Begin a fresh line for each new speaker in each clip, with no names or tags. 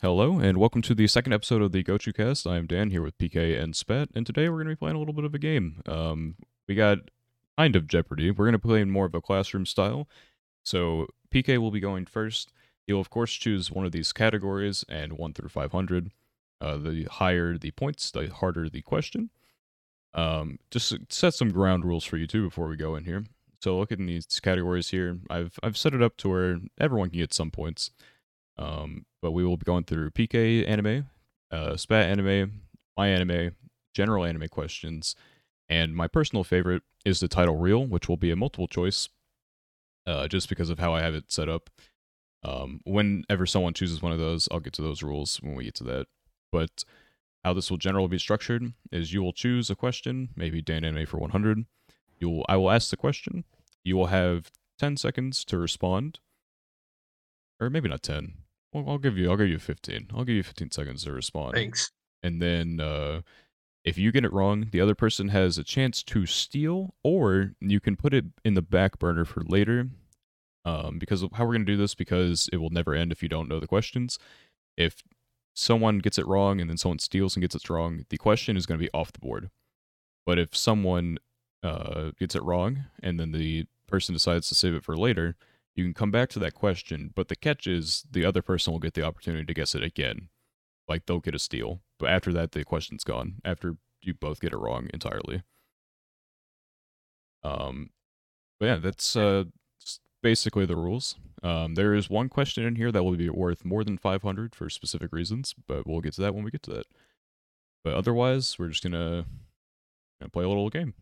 Hello, and welcome to the second episode of the Gochu Cast. I am Dan here with PK and Spet, and today we're going to be playing a little bit of a game. Um, we got kind of Jeopardy. We're going to play in more of a classroom style. So PK will be going first. You'll of course choose one of these categories, and one through five hundred. Uh, the higher the points, the harder the question. Um, just to set some ground rules for you too before we go in here. So look at these categories here. I've I've set it up to where everyone can get some points. Um, but we will be going through PK anime, uh, spat anime, my anime, general anime questions, and my personal favorite is the title reel, which will be a multiple choice, uh, just because of how I have it set up. Um, whenever someone chooses one of those, I'll get to those rules when we get to that. But how this will generally be structured is you will choose a question, maybe Dan anime for 100. You will, I will ask the question. You will have 10 seconds to respond, or maybe not 10. Well, I'll give you, I'll give you 15. I'll give you 15 seconds to respond.
Thanks.
And then uh, if you get it wrong, the other person has a chance to steal, or you can put it in the back burner for later. Um, because of how we're going to do this, because it will never end if you don't know the questions. If someone gets it wrong and then someone steals and gets it wrong, the question is going to be off the board. But if someone uh, gets it wrong and then the person decides to save it for later, you can come back to that question. But the catch is the other person will get the opportunity to guess it again. Like they'll get a steal. But after that, the question's gone. After you both get it wrong entirely. Um, but yeah, that's uh, s- basically the rules. Um, there is one question in here that will be worth more than 500 for specific reasons, but we'll get to that when we get to that. But otherwise, we're just gonna, gonna play a little game.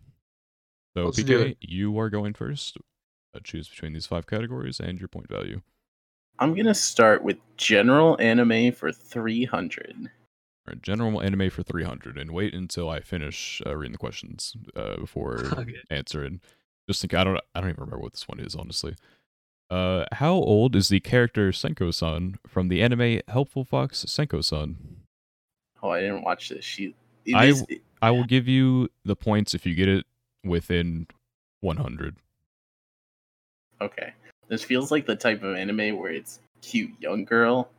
So
Let's do
PK,
it.
you are going first. Uh, choose between these five categories and your point value.
I'm gonna start with general anime for 300.
All right, general anime for 300, and wait until I finish uh, reading the questions uh, before
Okay.
answering. Just think, I don't, I don't even remember what this one is, honestly. Uh, how old is the character Senko-san from the anime Helpful Fox Senko-san?
Oh, I didn't watch this. She. it
I-
is- it-
I will give you the points if you get it within 100.
okay. This feels like the type of anime where it's cute young girl,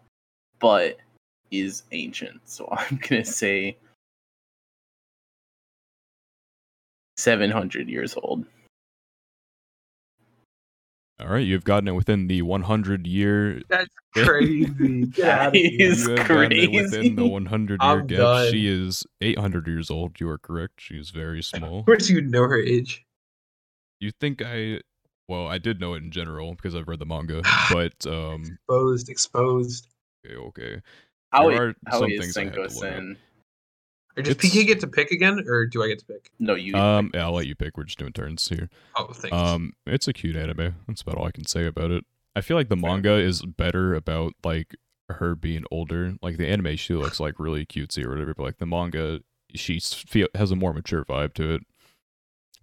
but is ancient. So I'm gonna say 700 years old.
All right, you've gotten it within the 100 year.
That's crazy. Get out of
That
here.
is- It's
you have gotten it within the
crazy.
100 year
I'm
gap.
done.
She is 800 years old. You are correct. She is very small.
Of course, you know her age.
You think I? Well, I did know it in general because I've read the manga, but um,
Exposed, exposed.
okay, okay.
How,
There are
i- how
some
is
things I had to look
Senko-sen?
Or does
It's-
PK get to pick again, or do I get to pick?
No, you.
Um, yeah, I'll let you pick. We're just doing turns here.
Oh, thanks.
Um, it's a cute anime. That's about all I can say about it. I feel like the
Fair.
manga is better about like her being older. Like the anime, she looks like really cutesy or whatever. But like the manga, she s- feel, has a more mature vibe to it.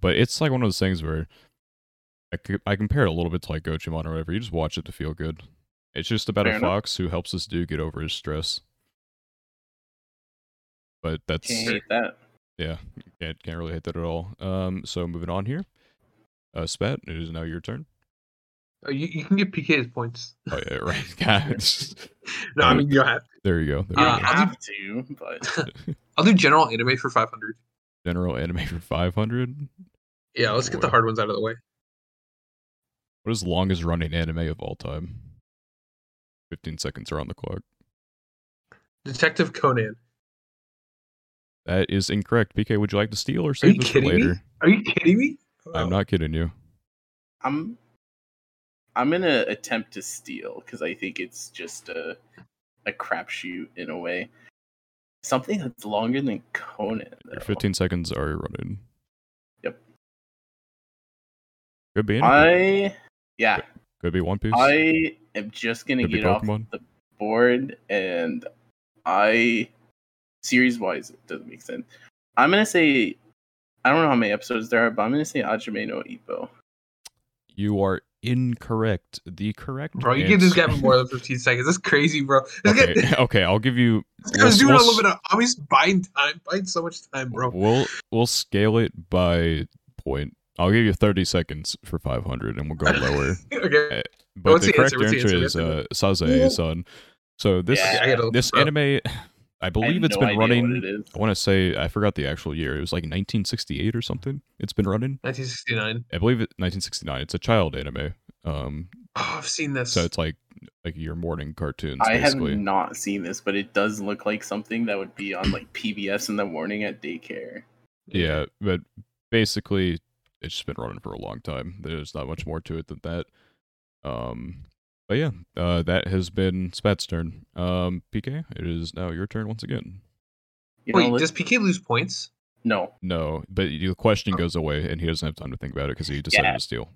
But it's like one of those things where I, c- I compare it a little bit to like Gochimon or whatever. You just watch it to feel good. It's just about
Fair
a
enough.
fox who helps this dude get over his stress. But that's
can't hate that.
yeah, can't can't really hit that at all. Um, so moving on here, uh, Spat, it is now your turn.
oh, you, you can get PK's points.
Oh yeah, right. Guys,
No, I mean you don't have.
there you go.
You
There
Uh,
you
I'll do-
have to, but
go.
I'll do general anime for five hundred.
General anime for five hundred.
Yeah, let's get the
Boy.
hard ones out of the way.
What is the longest running anime of all time? Fifteen seconds are on the clock.
Detective Conan.
That is incorrect. PK, would you like to steal or
Are
save
you
this for
kidding
later?
me? Are you kidding me?
I'm not kidding you.
I'm I'm gonna attempt to steal because I think it's just a a crapshoot in a way. Something that's longer than Conan.
Your
though.
15 seconds are running.
Yep.
Could be anything.
I yeah.
Could be One Piece.
I am just gonna
Could be
get off
Pokemon.
the board, and I series wise it doesn't make sense. I'm gonna say I don't know how many episodes there are, but I'm gonna say Ajime no Ippo.
You are incorrect. The correct
Bro, you give this
answer-
guy more than fifteen seconds. That's crazy, bro. This guy,
okay, okay, I'll give you.
this guy was
we'll-
doing a
we'll
little bit of. I'm just buying time, buying so much time, bro.
We'll we'll scale it by point. I'll give you 30 seconds for 500, and we'll go lower. Uh,
okay.
But
What's
the
the
correct
answer? What's the
answer,
answer?
is uh, Sazae-san So this
Yeah,
I gotta look
this
it up.
anime, I
I
believe
have
it's
no
been
idea
running.
What it is.
I want to say I forgot the actual year. It was like 1968 or something. It's been running.
1969.
I believe it 1969. It's a child anime. Um,
Oh, I've seen this.
so it's like like your morning cartoons
I have
basically.
not seen this, but it does look like something that would be on like PBS in the morning at daycare.
Yeah, but basically it's just been running for a long time. There's not much more to it than that. Um, but yeah, uh, that has been Spat's turn. Um, PK, it is now your turn once again.
You know,
Wait,
let's-
does PK lose points?
no,
No, but the
Oh.
question goes away, and he doesn't have time to think about it because he decided to steal.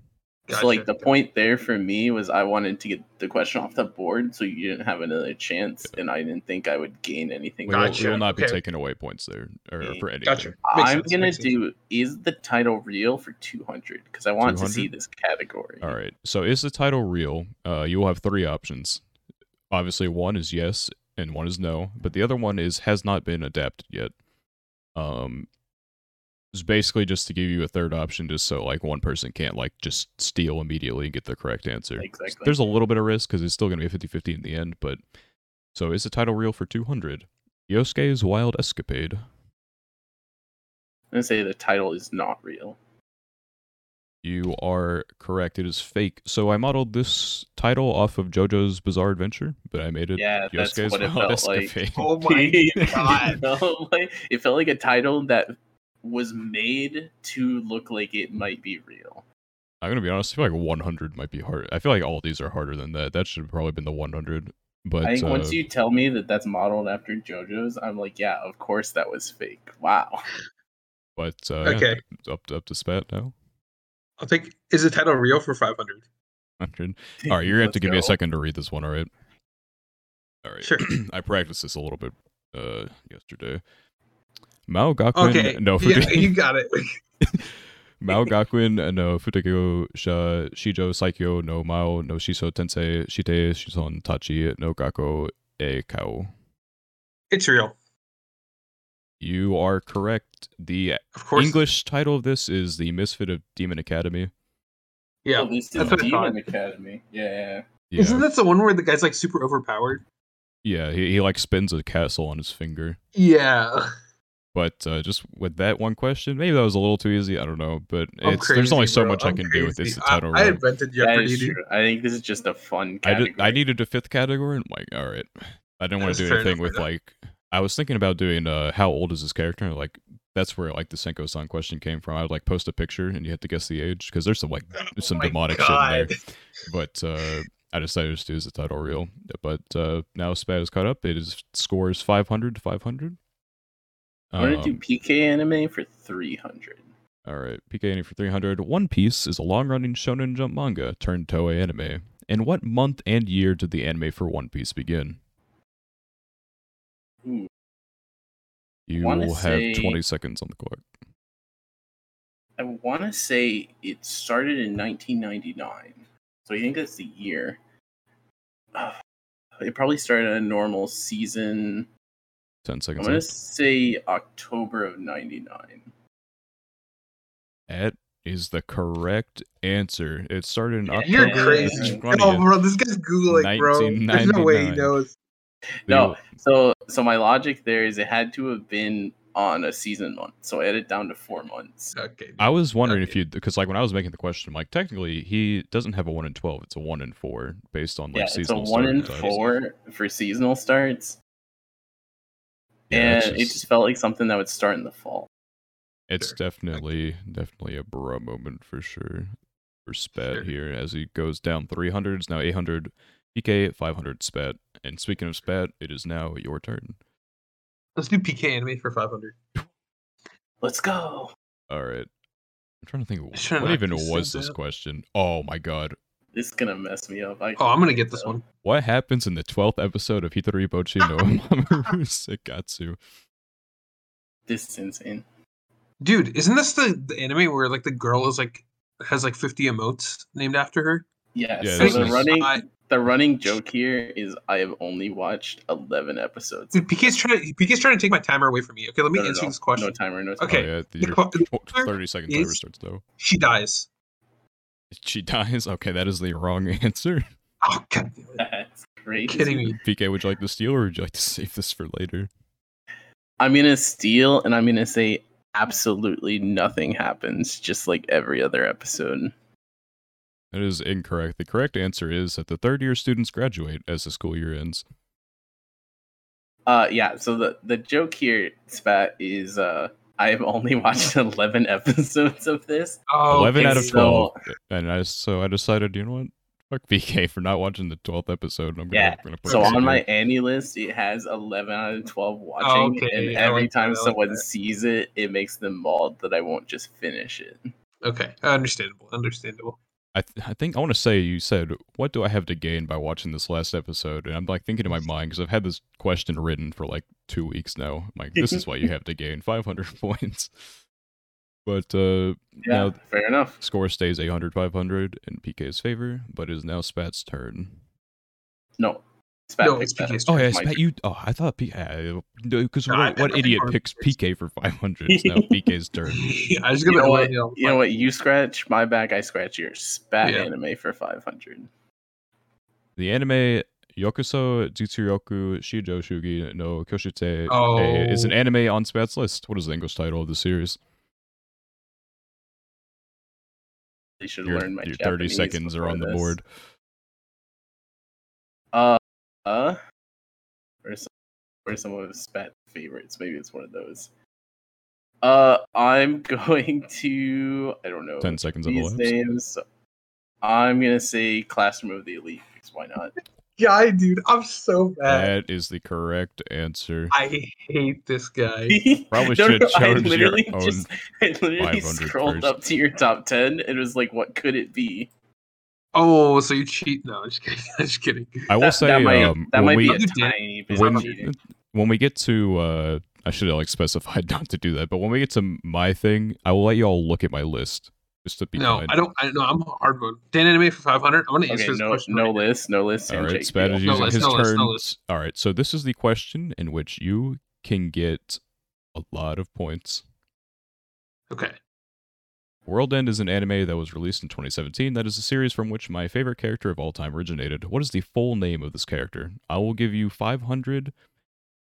So like the point there for me was I wanted to get the question off the board, so you didn't have another chance, and I didn't think I would gain anything.
We will, we
Gotcha.
will not be
Okay. Mm,
taking away points there or
Yeah,
for anything.
Gotcha. Makes
I'm
sense,
gonna
makes sense.
do is the title real for 200 because I want to see
200?
this category.
All right. So is the title real? Uh, you will have three options. Obviously, one is yes and one is no, but the other one is has not been adapted yet. Um, it's basically just to give you a third option, just so like one person can't like just steal immediately and get the correct answer.
Exactly.
There's a little bit of risk because it's still going to be 50-50 in the end, but so is the title real for 200? Yosuke's wild escapade.
I'm gonna say the title is not real.
You are correct. It is fake. So I modeled this title off of JoJo's Bizarre Adventure, but I made it
Yeah, that's
Yosuke's
what it
Wild
felt like.
Escapade.
Oh my god.
No, like, it felt like a title that was made to look like it might be real.
I'm gonna be honest. I feel like 100 might be hard. I feel like all these are harder than that. That should have probably been the 100. But
I think
uh,
once you tell me that that's modeled after JoJo's, I'm like, yeah, of course that was fake. Wow.
but uh,
Okay.
yeah, up up to spat now.
I'll take. Is the title real for 500?
100. All right, you're gonna have to
Let's
give me a
go.
second to read this one. All right. All right.
Sure.
I practiced this a little bit uh yesterday. Mao Gakuin.
Okay.
No, for
yeah, you got it.
Mao Gakuin uh, no Futekyo sha Shijo Saikyo no Mao no Shiso Tensei Shite Shison Tachi no Gakko e Kao.
It's real.
You are correct. The
Of course.
English title of this is The Misfit of Demon Academy.
Yeah.
Well, this is
that's what I thought.
Demon Academy. Yeah.
Yeah,
Isn't that the one where the guy's like super overpowered?
yeah he, he like spins a castle on his finger.
Yeah.
But uh, just with that one question, maybe that was a little too easy. I don't know. But
I'm
it's, there's only
crazy,
so
bro.
much i
I'm
can do with
crazy.
this title.
I, I
round.
invented
That
Jeopardy.
is
dude.
true. I think this is just a fun
I,
category.
did, I needed a fifth category, and I'm like, all right, I didn't want
That's
to do
fair
anything
enough,
with
fair
like. I was thinking about doing uh, how old is this character? And, like that's where like the Senko San question came from. I would like post a picture, and you had to guess the age because there's some like
Oh
some
my
demonic shit in there.
God.
But uh, I decided to just do as a title reel. But uh, now Spat is caught up. It is scores 500 to 500.
I'm gonna do
Um,
PK anime for 300.
all right, PK Annie for 300. One Piece is a long-running Shonen Jump manga turned Toei anime. In what month and year did the anime for One Piece begin?
Ooh,
You
Hmm. wanna
have
say-
20 seconds on the clock.
I want to say it started in 1999, so I think that's the year. Ugh, It probably started on a normal season.
10
I'm
seconds.
gonna
left.
say October of '99.
That is the correct answer. It started in October.
You're crazy.
20th.
Oh, bro, this guy's googling, bro. There's no way he
1999.
knows.
No, so so my logic there is it had to have been on a season month, so I had it down to four months.
Okay.
I was wondering if
Okay.
you because like when I was making the question, I'm like technically he doesn't have a one in twelve; it's a one in four based on like
yeah, it's a
seasonal.
one in
stereotypes.
four for seasonal starts,
Yeah,
and it just felt like something that would start in the fall.
it's
Sure.
definitely definitely a bro moment for sure. For Spat
Sure.
here as he goes down 300s now 800 PK 500 Spat. And speaking of Spat, it is now your turn.
Let's do PK anime for 500.
Let's go.
All right, I'm trying to think.
I should've
What
knocked
even
these
was
things
this
out.
question? Oh my god,
This is gonna mess me up. I
Oh, I'm gonna get this one.
What happens in the 12th episode of Hitori Bochi no Mamoru Sekatsu?
This is insane.
Dude, isn't this the, the anime where like the girl is like has like 50 emotes named after her?
Yeah.
Yeah,
so
this
the
is-
running
I-
the running joke here is I have only watched eleven episodes.
dude, PK's trying to PK's trying to take my timer away from me. Okay, let me
No, no,
answer
no.
this question.
No timer. No timer.
Okay,
Oh, yeah, the-
the
your
co- the
tw-
answer
30 second timer
is-
starts though.
She dies.
She dies. Okay, that is the wrong answer.
Oh god. damn it.
That's right?
kidding me.
PK, would you like to steal or would you like to save this for later?
I'm gonna steal, and I'm gonna say absolutely nothing happens, just like every other episode.
That is incorrect. The correct answer is that the third year students graduate as the school year ends.
Uh, yeah. So the the joke here, Spat, is uh, I have only watched eleven episodes of this.
Oh,
11 out of
okay.
12. and I, so I decided, you know what? Fuck PK for not watching the 12th episode. I'm gonna,
Yeah,
I'm gonna put
So
this
on
in.
my Annie list, it has eleven out of twelve watching,
Oh, okay,
and
I
every
like that, I
time
like
someone
that.
sees it, it makes them mauled that I won't just finish it.
Okay, understandable, understandable.
I, th- I think I want to say you said, "What do I have to gain by watching this last episode?" And I'm like thinking in my mind because I've had this question written for like two weeks now. I'm like, this is what you have to gain: 500 points. But uh,
Yeah,
Now-
fair enough.
score stays 800 500 in PK's favor, but it is now Spat's turn.
No, Spat
No,
picks
it's PK's
that.
Oh yeah,
My
Spat, you. Oh, I thought PK. Because
No, I-
what, what
I-
idiot
I-
picks PK for 500? It's now PK's turn.
I was
You
gonna
know
let
what?
you know,
You know what? You scratch my back, I scratch yours. Spat
Yeah.
anime for 500.
The anime Yokuso Jitsuryoku Shijo Shugi no Kyoshite
Oh.
is an anime on Spat's list. What is the English title of the series?
They should
Your,
learn my
your 30
Japanese
seconds are
before
on the
this.
board.
Uh, uh, or some, or some of Spat favorites. Maybe it's one of those. Uh, I'm going to. I don't know
10 seconds of
these
elapsed.
names. I'm gonna say Classroom of the Elite. 'cause Why not?
guy, dude. I'm so
uh,
bad.
That is the correct answer.
I hate this guy.
Probably should have
I
chosen your
literally
own
just I literally
500
scrolled
first.
up to your top ten and was like, "What could it be?"
Oh, so you cheat? No, I'm just kidding. I'm just kidding.
I will
that,
say
that might,
um,
that
when
might
we,
be a
You did.
tiny bit
when,
cheating.
when we get to uh I should have like specified not to do that, but when we get to my thing, I will let you all look at my list just to be
No,
kind.
I don't. I know. I'm hard mode. Dan anime for 500. I'm gonna answer
Okay,
this
no,
question.
no
right now.
list, no list.
All
and
right,
Jake
Spad
deal.
is
No
using
list,
his
no list,
turn.
no list.
All right, so this is the question in which you can get a lot of points.
Okay.
World End is an anime that was released in 2017. That is a series from which my favorite character of all time originated. What is the full name of this character? I will give you 500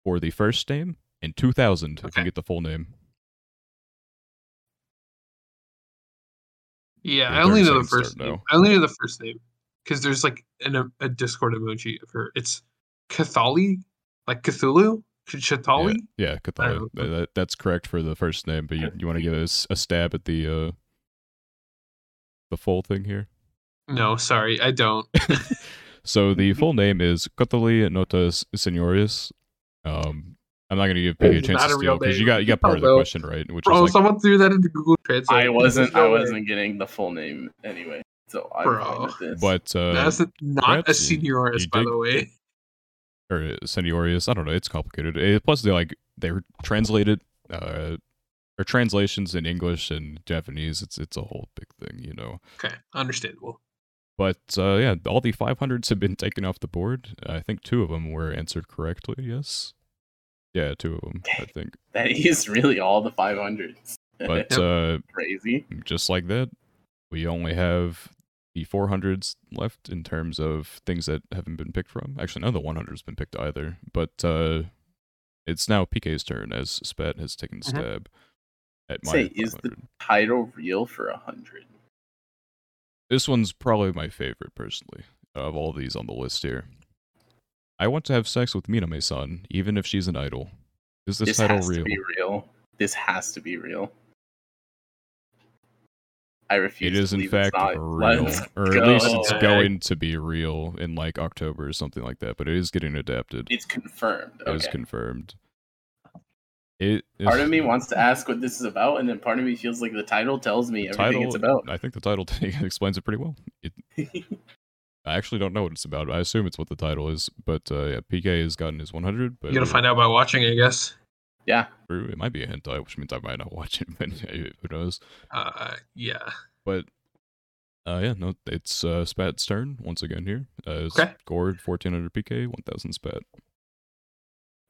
for the first name and 2,000 if you
Okay.
get the full name.
Yeah,
Yeah,
I only
30
know the
seconds
first
start
name.
now.
I only know the first name because there's like an, a, a Discord emoji of her. It's Cathali, like Cthulhu, Chitali.
Yeah, Cthulhu.
know.
That, that- that's correct for the first name, but you, you want to give us a stab at the uh, the full thing here?
No, sorry, I don't.
So
Mm-hmm.
the full name is Cotali Notas Senorius. Um, I'm not gonna give Piggy a
It's
chance
not
to
a real
steal because you
name.
got you got part of the
Although-
question right, which
Bro,
is like
Oh, someone threw that into Google Translate.
I wasn't.
No
I
way.
wasn't getting the full name anyway, so I'm fine
Bro.
with this.
but uh,
That's not a
congrats, you-
senioris,
you
by
did-
the way.
or Senorius. I don't know. It's complicated. Eh, plus, they like they're translated uh, or translations in English and Japanese. It's it's a whole big thing, you know.
Okay, understandable.
But uh, yeah, all the 500s have been taken off the board. I think two of them were answered correctly. Yes. Yeah, two of them, I think.
that is really all the 500s.
But uh,
crazy.
just like that, we only have the 400s left in terms of things that haven't been picked from. Actually, none of the 100s been picked either. But uh, it's now PK's turn as Spat has taken the
Mhm.
stab at my
Say, is the
500.
title real for a hundred?
This one's probably my favorite, personally, of all these on the list here. I want to have sex with Miname-san, even if she's an idol. Is this,
This
title
has
real?
to be real. This has to be real. I refuse.
It is,
to
in
believe it's
fact,
not.
real,
Let's
or at least
go.
it's
Okay.
going to be real in like October or something like that. But it is getting adapted.
It's confirmed.
It is
Okay.
confirmed. It is
part of me wants to ask what this is about, and then part of me feels like the title tells
the
me everything it's about.
I think the title explains it pretty well. It, I actually don't know what it's about. I assume it's what the title is, but uh, yeah, PK has gotten his 100. But
You gotta find out by watching, I guess.
yeah,
True. It might be a hentai, which means I might not watch it, but who knows?
Uh, yeah.
But uh, yeah, no, it's uh, Spat Stern once again here. Uh,
Okay.
Scored 1400 PK, 1000 Spat.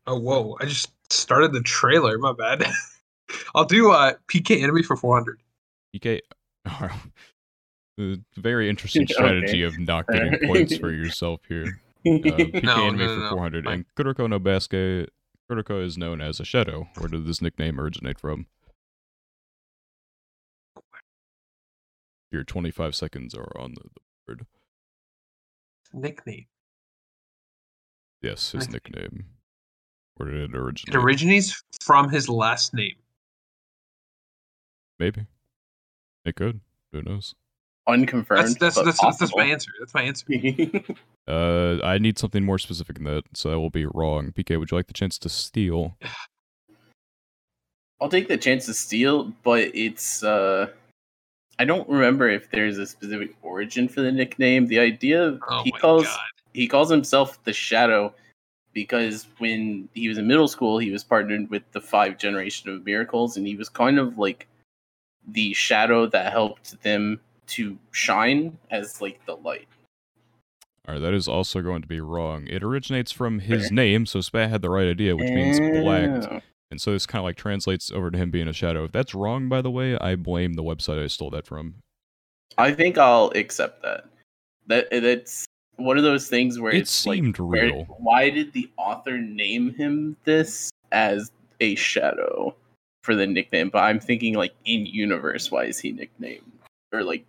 Oh, whoa. I just started the trailer. My bad. I'll do uh, PK Enemy for 400.
PK, uh, the very interesting
Okay.
strategy of not getting
Alright.
points for yourself here. Uh, PK
No,
anime
no,
for
no, no.
400,
Fine.
and Kuroko no Basuke. Kuroko is known as a shadow. Where did this nickname originate from? Your 25 seconds are on the, the board.
Nickname.
Yes, his
Nice.
nickname. Where did it originate?
It originates from his last name.
Maybe. It could. Who knows?
Unconfirmed.
That's that's
but
that's, that's, that's my answer.
possible.
That's my answer.
Uh, I need something more specific than that, so that will be wrong. PK, would you like the chance to steal?
I'll take the chance to steal, but it's uh I don't remember if there's a specific origin for the nickname. The idea of
Oh
he
my
calls
god.
he calls himself the Shadow because when he was in middle school, he was partnered with the Five Generation of Miracles, and he was kind of like the shadow that helped them to shine as like the light.
All right, that is also going to be wrong. It originates from his
Okay.
name, so Spat had the right idea, which means blacked.
Oh.
And so this kind of like translates over to him being a shadow. If that's wrong, by the way, I blame the website I stole that from.
I think I'll accept that. That that's one of those things where
It
it's
seemed
like, where-
real.
why did the author name him this as a shadow for the nickname? But I'm thinking like in universe, why is he nicknamed or like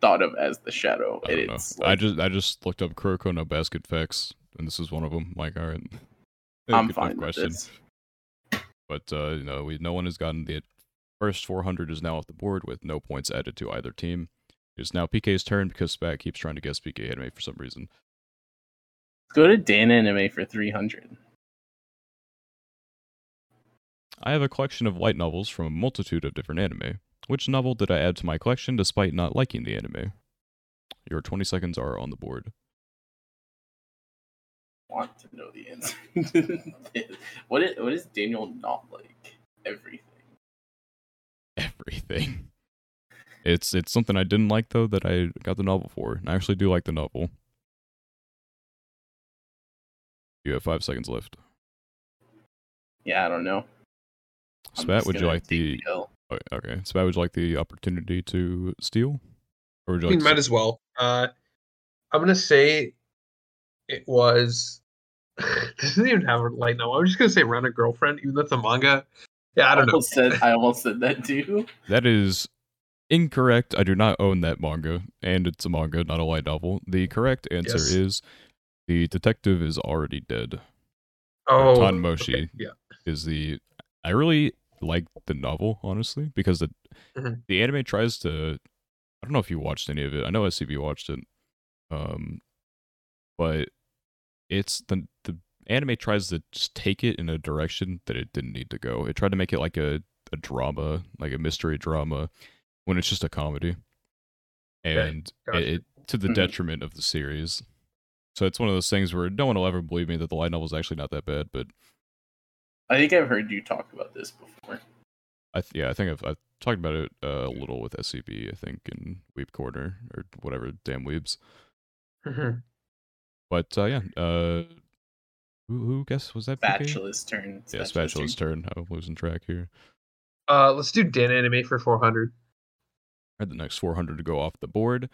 thought of as the shadow?
I don't know.
it's
I
like,
just I just looked up Kuroko no basket facts, and this is one of them. Like, all right, Good
I'm
enough
fine with this.
But uh, you know, we, no one has gotten the first 400 is now off the board with no points added to either team. It's now PK's turn because Spat keeps trying to guess PK anime for some reason.
Go to Dan Anime for 300.
I have a collection of light novels from a multitude of different anime. Which novel did I add to my collection despite not liking the anime? Your 20 seconds are on the board.
Want to know the answer? what is what is Daniel not like? Everything.
Everything. It's it's something I didn't like though that I got the novel for. And I actually do like the novel. You have five seconds left.
Yeah, I don't know. I'm
Spat,
just
would you
gonna
like the
take L.
Oh, Okay. So, would you like the opportunity to steal? Or would you like
I mean,
to
might as well. Uh, I'm gonna say it was. this doesn't even have a light novel. I'm just gonna say "Rent a Girlfriend," even though it's a manga. Yeah, I don't know.
almost Said, I almost said that too.
That is incorrect. I do not own that manga, and it's a manga, not a light novel. The correct answer
Yes.
is the detective is already dead.
Oh,
Tanmoshi.
okay, Yeah,
Is the I really like the novel honestly because the
Mhm.
the anime tries to. I don't know if you watched any of it. I know SCB watched it, um, but it's the the anime tries to just take it in a direction that it didn't need to go. It tried to make it like a a drama, like a mystery drama, when it's just a comedy,
Okay,
and
gotcha. Mm-hmm.
it, it to the
Mhm.
detriment of the series. So it's one of those things where no one will ever believe me that the light novel is actually not that bad, but
I think I've heard you talk about this before.
I th- yeah, I think I've, I've talked about it uh, a little with SCB, I think, in Weeb Corner or whatever, damn Weebs.
Mhm.
But uh, yeah, uh, who, who guess was that? PK?
Spatula's turn.
Yeah, Spatula's turn. I'm losing track here.
Uh, let's do Dan anime for 400.
All right, the next 400 to go off the board.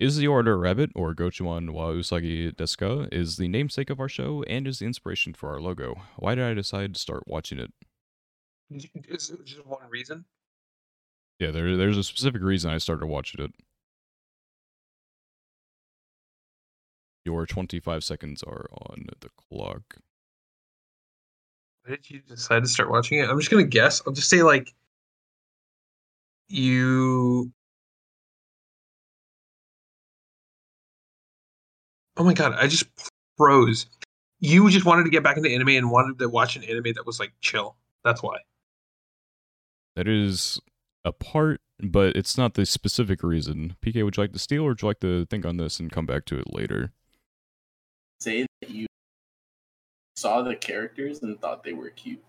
Is the order Rabbit or Gochuan wa Usagi Deska is the namesake of our show and is the inspiration for our logo. Why did I decide to start watching it?
Did you- Is it just one reason?
Yeah, there, there's a specific reason I started watching it. Your 25 seconds are on the clock.
Why did you decide to start watching it? I'm just gonna guess. I'll just say like you. Oh my god! I just froze. You just wanted to get back into anime and wanted to watch an anime that was like chill. That's why.
That is a part, but it's not the specific reason. PK, would you like to steal or would you like to think on this and come back to it later?
Say that you saw the characters and thought they were cute.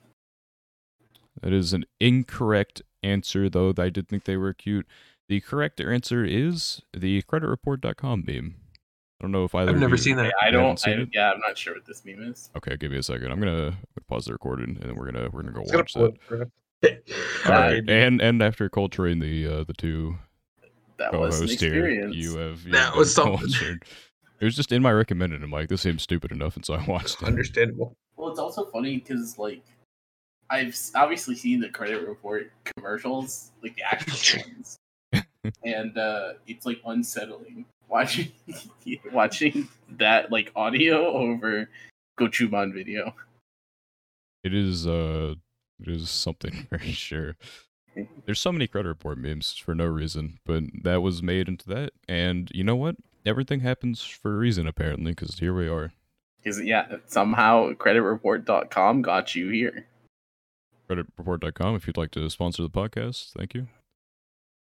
That is an incorrect answer, though. I did think they were cute. The correct answer is the creditreport.com meme. I don't know if either
I've
of
never
you-
seen that.
I
You haven't
don't.
seen
I,
it?
yeah, I'm not sure what this meme is.
Okay, give me a second. I'm gonna pause the recording and then we're gonna we're gonna go
It's
watch
gonna
that.
pull it,
All
bro.
Alright.
right, and and after culturing the uh, the two
That was an
co-host here,
experience.
Oh, you uh, have you
That
have
was
been
something.
cultured. It was just in my recommended. I'm like, this seems stupid enough, and so I watched it.
Understandable.
Well, it's also funny because like I've s- obviously seen the credit report commercials, like the actual ones, and uh, it's like unsettling watching watching that like audio over Gochumon video.
It is uh it is something very sure. There's so many credit report memes for no reason, but that was made into that. And you know what? Everything happens for a reason apparently, because here we are.
Because yeah, somehow creditreport.com got you here.
Creditreport.com if you'd like to sponsor the podcast, thank you.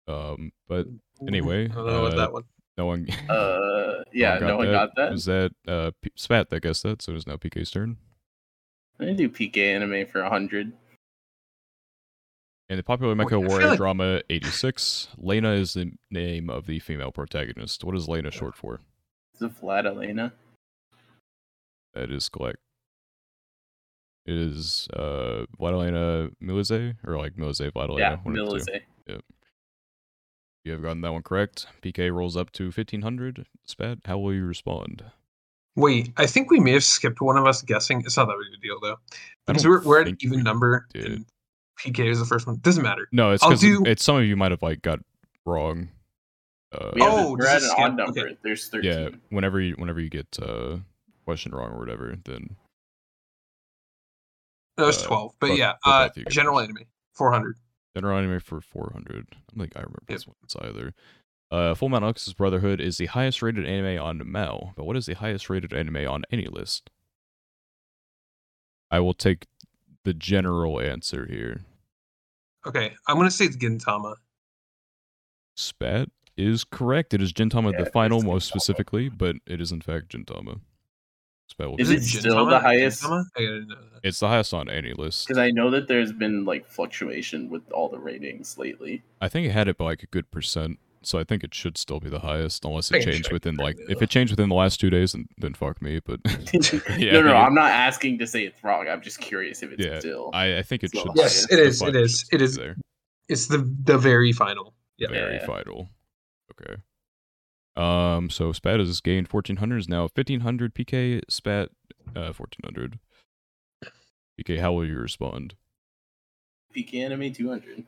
Um, but Anyway,
I don't know what
uh,
that one.
no one
Uh, yeah, no one got that.
Was Oh, that uh P- Spat that guessed that, so it is now PK's turn.
I'm gonna do PK anime for hundred.
And the popular
Wait, I
Mecha
feel
Warrior
like-
drama 86. Lena is the name of the female protagonist. What is Lena short for?
Is it Vlad Elena?
That is collect. It is uh Vladilena Milize or like Milize Vladilena.
yeah,
Oh, one of the two.
Milize.
You have gotten that one correct. PK rolls up to fifteen hundred. Spat, how will you respond?
Wait, I think we may have skipped one of us guessing. It's not that big a deal though,
I
because
don't
we're we're at an
think we
even number.
did.
And PK is the first one. Doesn't matter.
No, it's
I'll
because
do-
it's some of you might have like got wrong. Uh,
We have
Oh,
we're
this
at
is
an
skip.
odd number.
Okay.
There's thirteen.
yeah, whenever you whenever you get uh question wrong or whatever, then
No, it's
Uh,
twelve. But
both-
yeah,
both
uh,
of you get
general
those.
enemy four hundred.
General Anime for 400. I don't think I remember
Yep.
this one either. Uh, Full Metal Alchemist Brotherhood is the highest rated anime on Mao, but what is the highest rated anime on any list? I will take the general answer here.
Okay, I'm gonna say it's Gintama.
Spat is correct. It is Gintama
Yeah, it
the
is
final,
Gintama.
most specifically, but it is in fact Gintama. Spat will
Is
be-
it still the highest?
Gintama? I didn't know that.
It's the highest on any list.
Because I know that there's been like fluctuation with all the ratings lately.
I think it had it by like a good percent, so I think it should still be the highest, unless
I
it
can
changed
check
within
that
like
now.
if it changed within the last two days, then then fuck me. But Yeah,
no, no,
I think it-
I'm not asking to say it's wrong. I'm just curious if it's
Yeah,
still.
I, I think it
It's
should.
not the Yes, highest.
it
the
is,
final
it is,
should
it is.
be There.
It's the the very final. Yeah.
Very
Yeah.
vital. Okay. Um. So Spat has gained fourteen hundred. Is now fifteen hundred. PK Spat, uh, fourteen hundred. PK, how will you respond?
PK anime 200.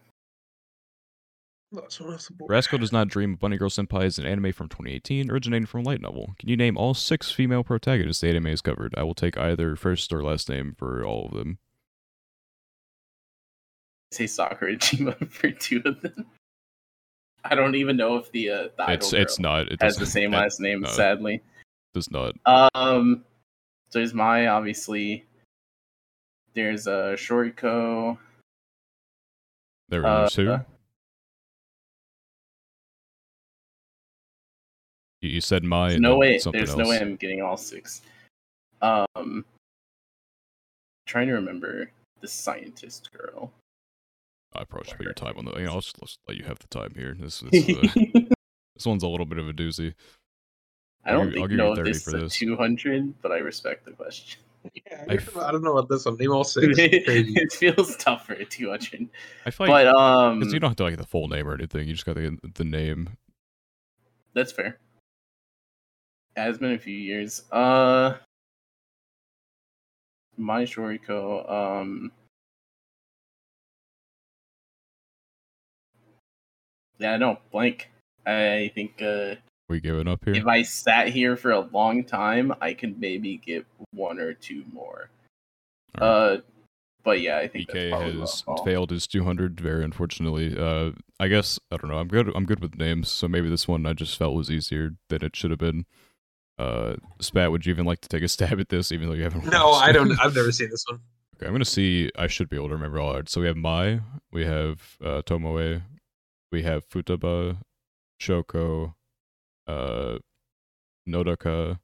That's one off the board.
Rascal does not dream. of Bunny Girl Senpai is an anime from 2018, originating from a light novel. Can you name all six female protagonists the anime has covered? I will take either first or last name for all of them.
Say Sakura Jima for two of them. I don't even know if the uh, the
it's
idol
it's
girl
not. It
has
doesn't-
the same
that uh,
last name.
no.
Sadly,
Does not.
um, so there's Mai obviously. There's uh, Shoriko.
There
Uh,
were two. You you said my
There's
and
no
then
way.
something
There's
else.
no way I'm getting all six. Um, trying to remember the scientist girl.
I probably should put your time on the. You know, I'll just, let's let you have the time here. This this, uh, this one's a little bit of a doozy.
I
I'll
don't
give you- I'll
think
give you
know if
30
this
for
is a
this.
200, but I respect the question.
Yeah,
I f-
I don't know about this one. Name all six. Crazy.
it feels tough for a 200,
I feel like
but um,
'cause you don't have to like the full name or anything. You just got to get the name.
that's fair. Yeah, it's been a few years. Uh, my Shoriko. Um, yeah, no blank. I think uh,
We giving up here.
if I sat here for a long time, I could maybe get one or two more.
All right.
Uh, but yeah, I think that's
PK
probably
E has
about all.
failed his 200. Very unfortunately. Uh, I guess I don't know. I'm good. I'm good with names, so maybe this one I just felt was easier than it should have been. Uh, Spat, would you even like to take a stab at this, even though you haven't?
No,
watched
I
it?
don't. I've never seen this one.
Okay, I'm gonna see. I should be able to remember all. Right. So we have Mai, we have uh, Tomoe, we have Futaba, Shoko, uh, Nodoka,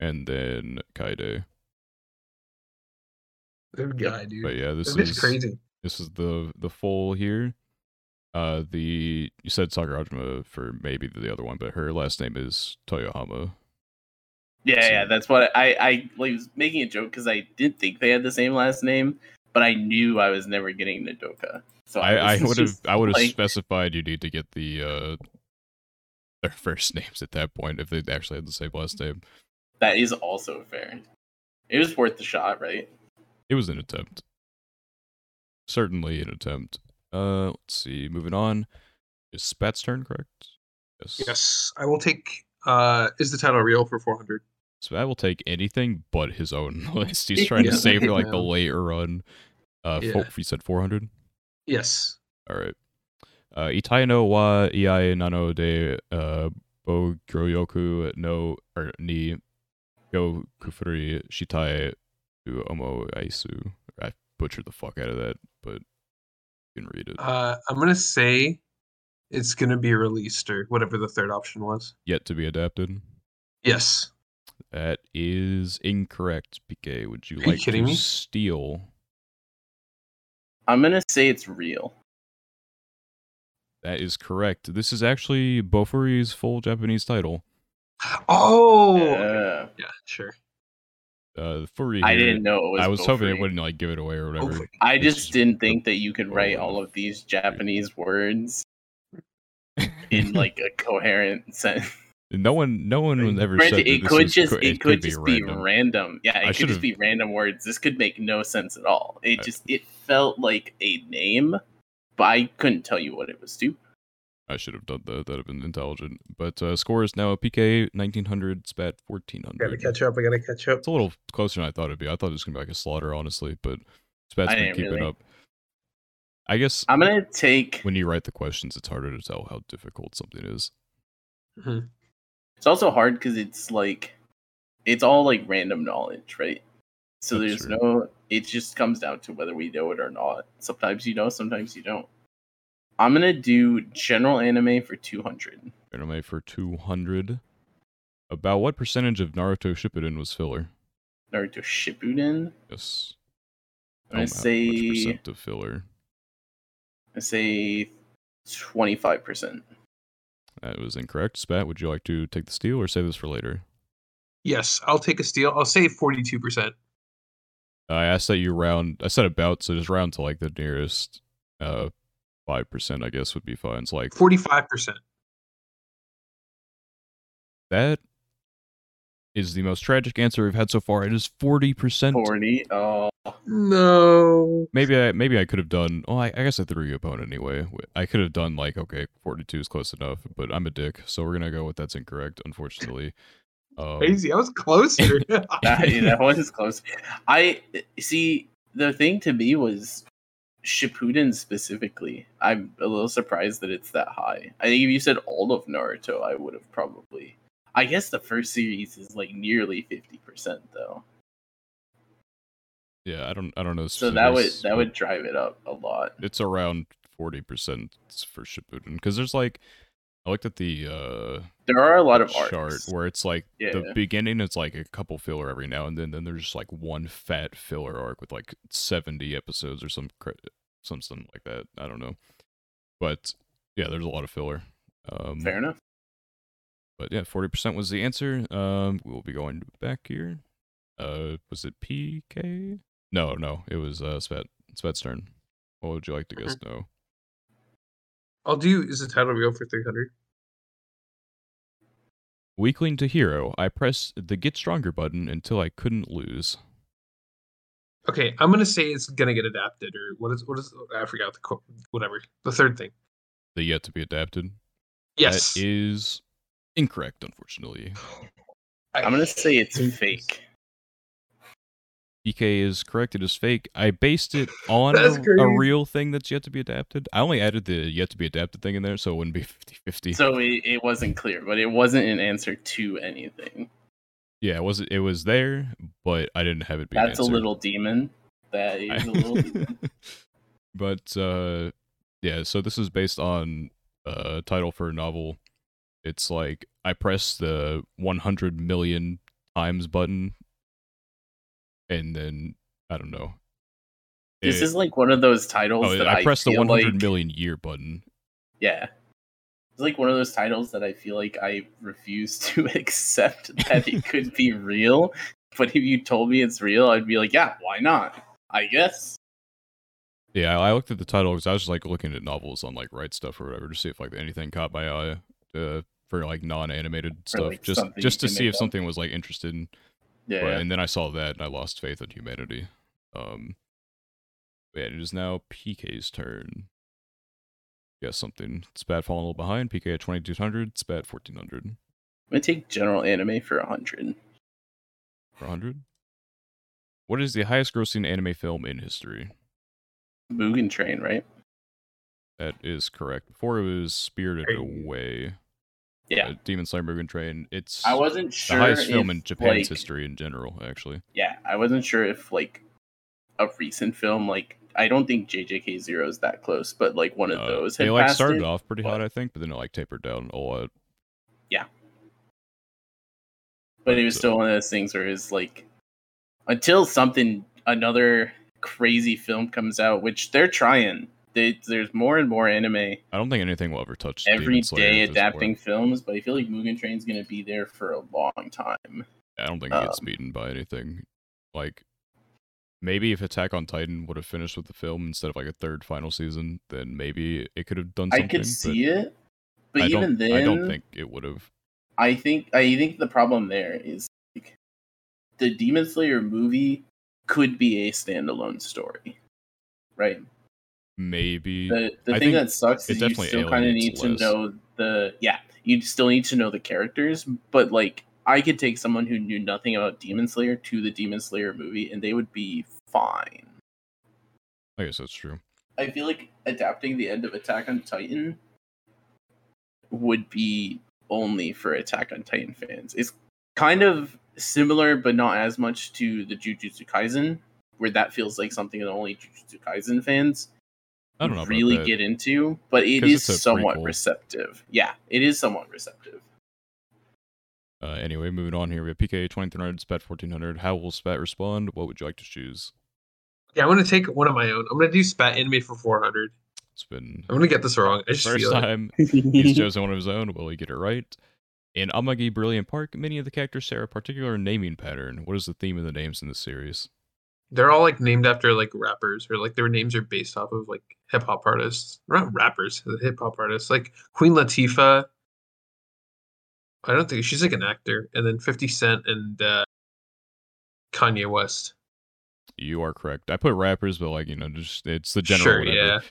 and then Kaide.
Good guy, dude.
But yeah, this
This is
is
crazy.
This is the the full here. Uh, the you said Sakurajima for maybe the other one, but her last name is Toyohama.
Yeah,
So-
yeah, that's what I I like, was making a joke because I did think they had the same last name, but I knew I was never getting Nadoka. So
I I
Uh,
was
would have
just
I would have
like-
specified you need to get the uh their first names at that point if they actually had the same last name.
That is also fair. It was worth the shot, right?
It was an attempt. Certainly an attempt. Uh, let's see. Moving on. Is Spat's turn correct?
Yes, I will take. Uh, is the title real for 400?
Spat will take anything but his own list. He's trying to savor like the
Yeah.
later run. Uh,
Yeah.
fo- you said 400.
Yes.
All right. Uh, itai no wa iai nano de uh, bo gyoyoku no or ni go kufuri shitai u omo aisu. I butchered the fuck out of that, but you can read
Ah.
it.
Uh, I'm gonna say it's gonna be released or whatever the third option was.
Yet to be adapted.
Yes.
That is incorrect, PK. Would you
Are you
like
kidding
to
me?
steal?
I'm gonna say it's real.
That is correct. This is actually Bofuri's full Japanese title.
Oh.
Uh,
Yeah. Sure.
Uh, Furi.
I
here-
didn't know it was.
I was hoping it
Bofuri.
wouldn't like give it away or whatever.
Hopefully.
I
It's
just
just
didn't
the-
think that you could write all of these Japanese words in like a coherent sentence.
no one, no one was ever said
Granted,
that
it
this
could
is
just
co-
it, could just be
random.
random. Yeah,
I
it could
should've-
just be random words. This could make no sense at all. It
I-
just it felt like a name, but I couldn't tell you what it was to.
I should have done that. That'd have been intelligent. But uh, score is now PK nineteen hundred, Spat fourteen
Gotta
hundred.
catch up. I gotta catch up.
It's a little closer than I thought it'd be. I thought it was gonna be like a slaughter, honestly. But Spat's
I
been
didn't
keeping
really.
up. I guess
I'm gonna take.
when you write the questions, it's harder to tell how difficult something is.
It's also hard because it's like it's all like random knowledge, right? So
That's
there's
true.
no. It just comes down to whether we know it or not. Sometimes you know, sometimes you don't. I'm gonna do general anime for 200.
Anime for two hundred. About what percentage of Naruto Shippuden was filler?
Naruto Shippuden.
Yes.
I'm gonna
Don't matter
say-
which percent of filler.
I say 25 percent.
That was incorrect. Spat, would you like to take the steal or save this for later?
Yes, I'll take a steal. I'll say 42 percent.
I asked that you round. I said about, so just round to like the nearest uh five percent. I guess would be fine. It's like
45 percent.
that is the most tragic answer we've had so far. It is forty percent.
40. Oh,
No.
Maybe I maybe I could have done. Well, I, I guess I threw you a bone anyway. I could have done like okay, forty two is close enough, but I'm a dick, so we're gonna go with that's incorrect. Unfortunately, um,
Crazy. I was closer.
that, that was close. I see. The thing to me was Shippuden specifically. I'm a little surprised that it's that high. I think if you said all of Naruto, I would have probably. I guess the first series is like nearly 50% though.
yeah, I don't I don't know. the
So that would
specifics,
that
but-
would drive it up a lot.
it's around 40% for Shippuden because there's like I looked at the uh
There are a lot of
chart
arcs.
where it's like the
Yeah.
beginning it's like a couple filler every now and then then there's just like one fat filler arc with like 70 episodes or some cra- something like that I don't know but yeah there's a lot of filler um
Fair enough.
but yeah 40% was the answer um we'll be going back here uh was it PK no no it was uh Svet Svet's turn what would you like to guess
Mm-hmm.
no
I'll do. Is the title real for 300?
Weakling to hero, I pressed the get stronger button until I couldn't lose.
Okay, I'm gonna say it's gonna get adapted or what is what is I forgot the quote. Whatever the third
Uh,
thing.
The yet to be adapted.
Yes.
That is incorrect, unfortunately.
I-
I'm gonna say it's fake.
BK is correct. It is fake. I based it on
That's
a,
crazy.
a real thing that's yet to be adapted. I only added the yet to be adapted thing in there, so it wouldn't be 50 50.
So it, it wasn't clear, but it wasn't an answer to anything.
yeah, it was, it was there, but I didn't have it be an
That's a
answer.
little demon. That is a little demon.
but uh yeah so this is based on a title for a novel it's like i press the 100 million times button and then i don't know
This
It-
is like one of those titles
oh,
that
i pressed the
feel
one hundred million
like,
year button
Yeah. It's like one of those titles that I feel like I refuse to accept that it could be real. But if you told me it's real, I'd be like, yeah, why not? I guess.
yeah i I looked at the title because i was just like looking at novels on like right stuff or whatever to see if like anything caught my eye uh for like non-animated stuff,
like,
just
something
just
you
to
can
see
make
if
up.
something was like interested. in-
Yeah.
but- and then I saw that, and I lost faith in humanity. Um, yeah, it is now PK's turn. Yeah, something. Spat falling a little behind. PK at twenty two hundred. Spat fourteen hundred.
I'm gonna take general anime for hundred.
For hundred. What is the highest grossing anime film in history?
Mugen Train, right?
That is correct. Before it was Spirited
Hey.
Away.
Yeah.
uh, Demon Slayer Mugen Train. It's
I wasn't
the
sure.
highest film
if,
in Japan's
like-
history in general, actually.
Yeah, I wasn't sure if like a recent film, like I don't think JJK Zero is that close, but like one of
Uh,
those had
they like
passed
started
it.
off pretty
but-
hot, I think, but then it like tapered down a lot.
but it was still one of those things where it's like until something another crazy film comes out, which they're trying. They, there's more and more anime
I don't think anything will ever touch
every
Demon Slayer
day
at this
adapting
point.
films, but I feel like Mugen Train's gonna be there for a long time.
I don't think it gets
um,
beaten by anything. Like maybe if Attack on Titan would have finished with the film instead of like a third final season, then maybe it could have done
I
something.
could see it, but
I
even
don't,
then,
I don't think it would have.
I think I think the problem there is like the Demon Slayer movie could be a standalone story, right?
Maybe
The the
I
thing
think
that sucks
it
is you
definitely
still kind of need
alienates
to
less.
know the yeah you still need to know the characters, but like I could take someone who knew nothing about Demon Slayer to the Demon Slayer movie and they would be fine.
I guess that's true.
I feel like adapting the end of Attack on Titan would be only for Attack on Titan fans. It's kind of similar, but not as much to the Jujutsu Kaisen, where that feels like something that only Jujutsu Kaisen fans
I don't know. about
really
that.
get into. But it
'Cause
is
it's a
somewhat
prequel.
receptive. Yeah, it is somewhat receptive.
Uh, anyway, moving on here. We have PK 2300, SPAT 1400. How will SPAT respond? What would you like to choose?
Yeah, I'm gonna take one of my own. I'm gonna do spat anime for 400.
It's been
I'm gonna get this wrong. I just
first
feel it.
time he's chosen one of his own. Will he get it right? In Amagi Brilliant Park, many of the characters share a particular naming pattern. What is the theme of the names in this series?
They're all like named after like rappers or like their names are based off of like hip hop artists. Or not rappers, hip hop artists. Like Queen Latifah. I don't think she's like an actor. And then 50 Cent and uh, Kanye West.
You are correct. I put rappers, but like you know, just it's the general
Sure,
whatever.
yeah.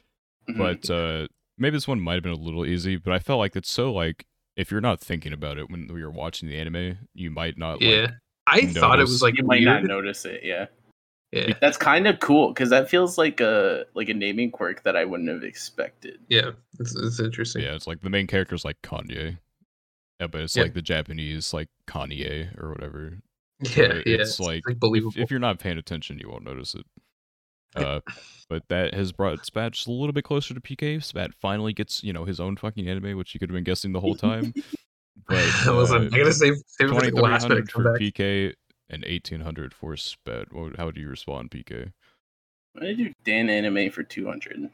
Mm-hmm.
But uh, maybe this one might have been a little easy, but I felt like it's so like if you're not thinking about it when you're watching the anime, you might not.
yeah.
Like,
I thought it
notice.
was like
you might not
weird.
notice it, yeah.
Yeah.
That's kind of cool because that feels like a like a naming quirk that I wouldn't have expected.
Yeah. It's, it's interesting.
yeah, it's like the main character's like Kanye, yeah, but it's
Yeah.
like the Japanese like Kanye or whatever.
Yeah.
So
yeah,
it's like if-
believable.
If, you're not paying attention, you won't notice it. Uh, but that has brought Spat just a little bit closer to PK. Spat finally gets you know his own fucking anime, which he could have been guessing the whole time. But
Listen, I gotta save, save it for
twenty
the
uh, three
last
hundred
minute
for
comeback.
PK and eighteen hundred for Spat. What, would- how would you respond, PK?
I'm gonna do Dan anime for 200.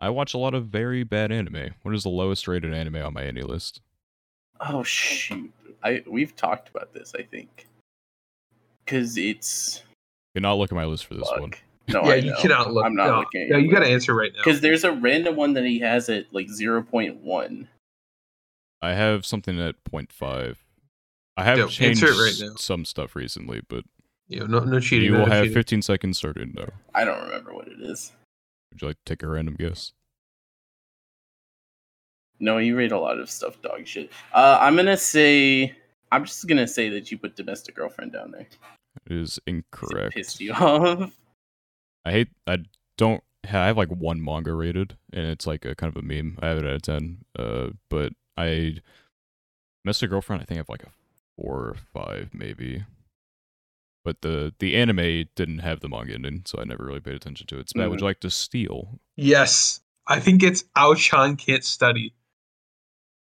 I watch a lot of very bad anime. What is the lowest rated anime on my anime list?
Oh shoot! I we've talked about this, I think, because it's
Cannot look at my list for this
fuck.
one.
No,
yeah,
I
you
know.
cannot look.
I'm not
no,
looking.
no, you gotta answer right now.
because there's a random one that he has at like 0.1.
I have something at 0.5. I have
Yeah, answer
changed
it right now.
some stuff recently, but
You know, no, no cheating.
you
no
will have
cheating.
15 seconds started now.
I don't remember what it is.
Would you like to take a random guess?
No, you read a lot of stuff, dog shit. Uh, I'm gonna say. I'm just gonna say that you put domestic girlfriend down there. 'cause
It is
it
incorrect.
Pissed you off.
I hate. I don't. I have like one manga rated, and it's like a kind of a meme. I have it at a ten. Uh, but I missed a girlfriend. I think I have like a four or five, maybe. But the the anime didn't have the manga ending, so I never really paid attention to it. So,
Mm.
Matt, would you like to steal?
Yes, I think it's Ao Chan can't study.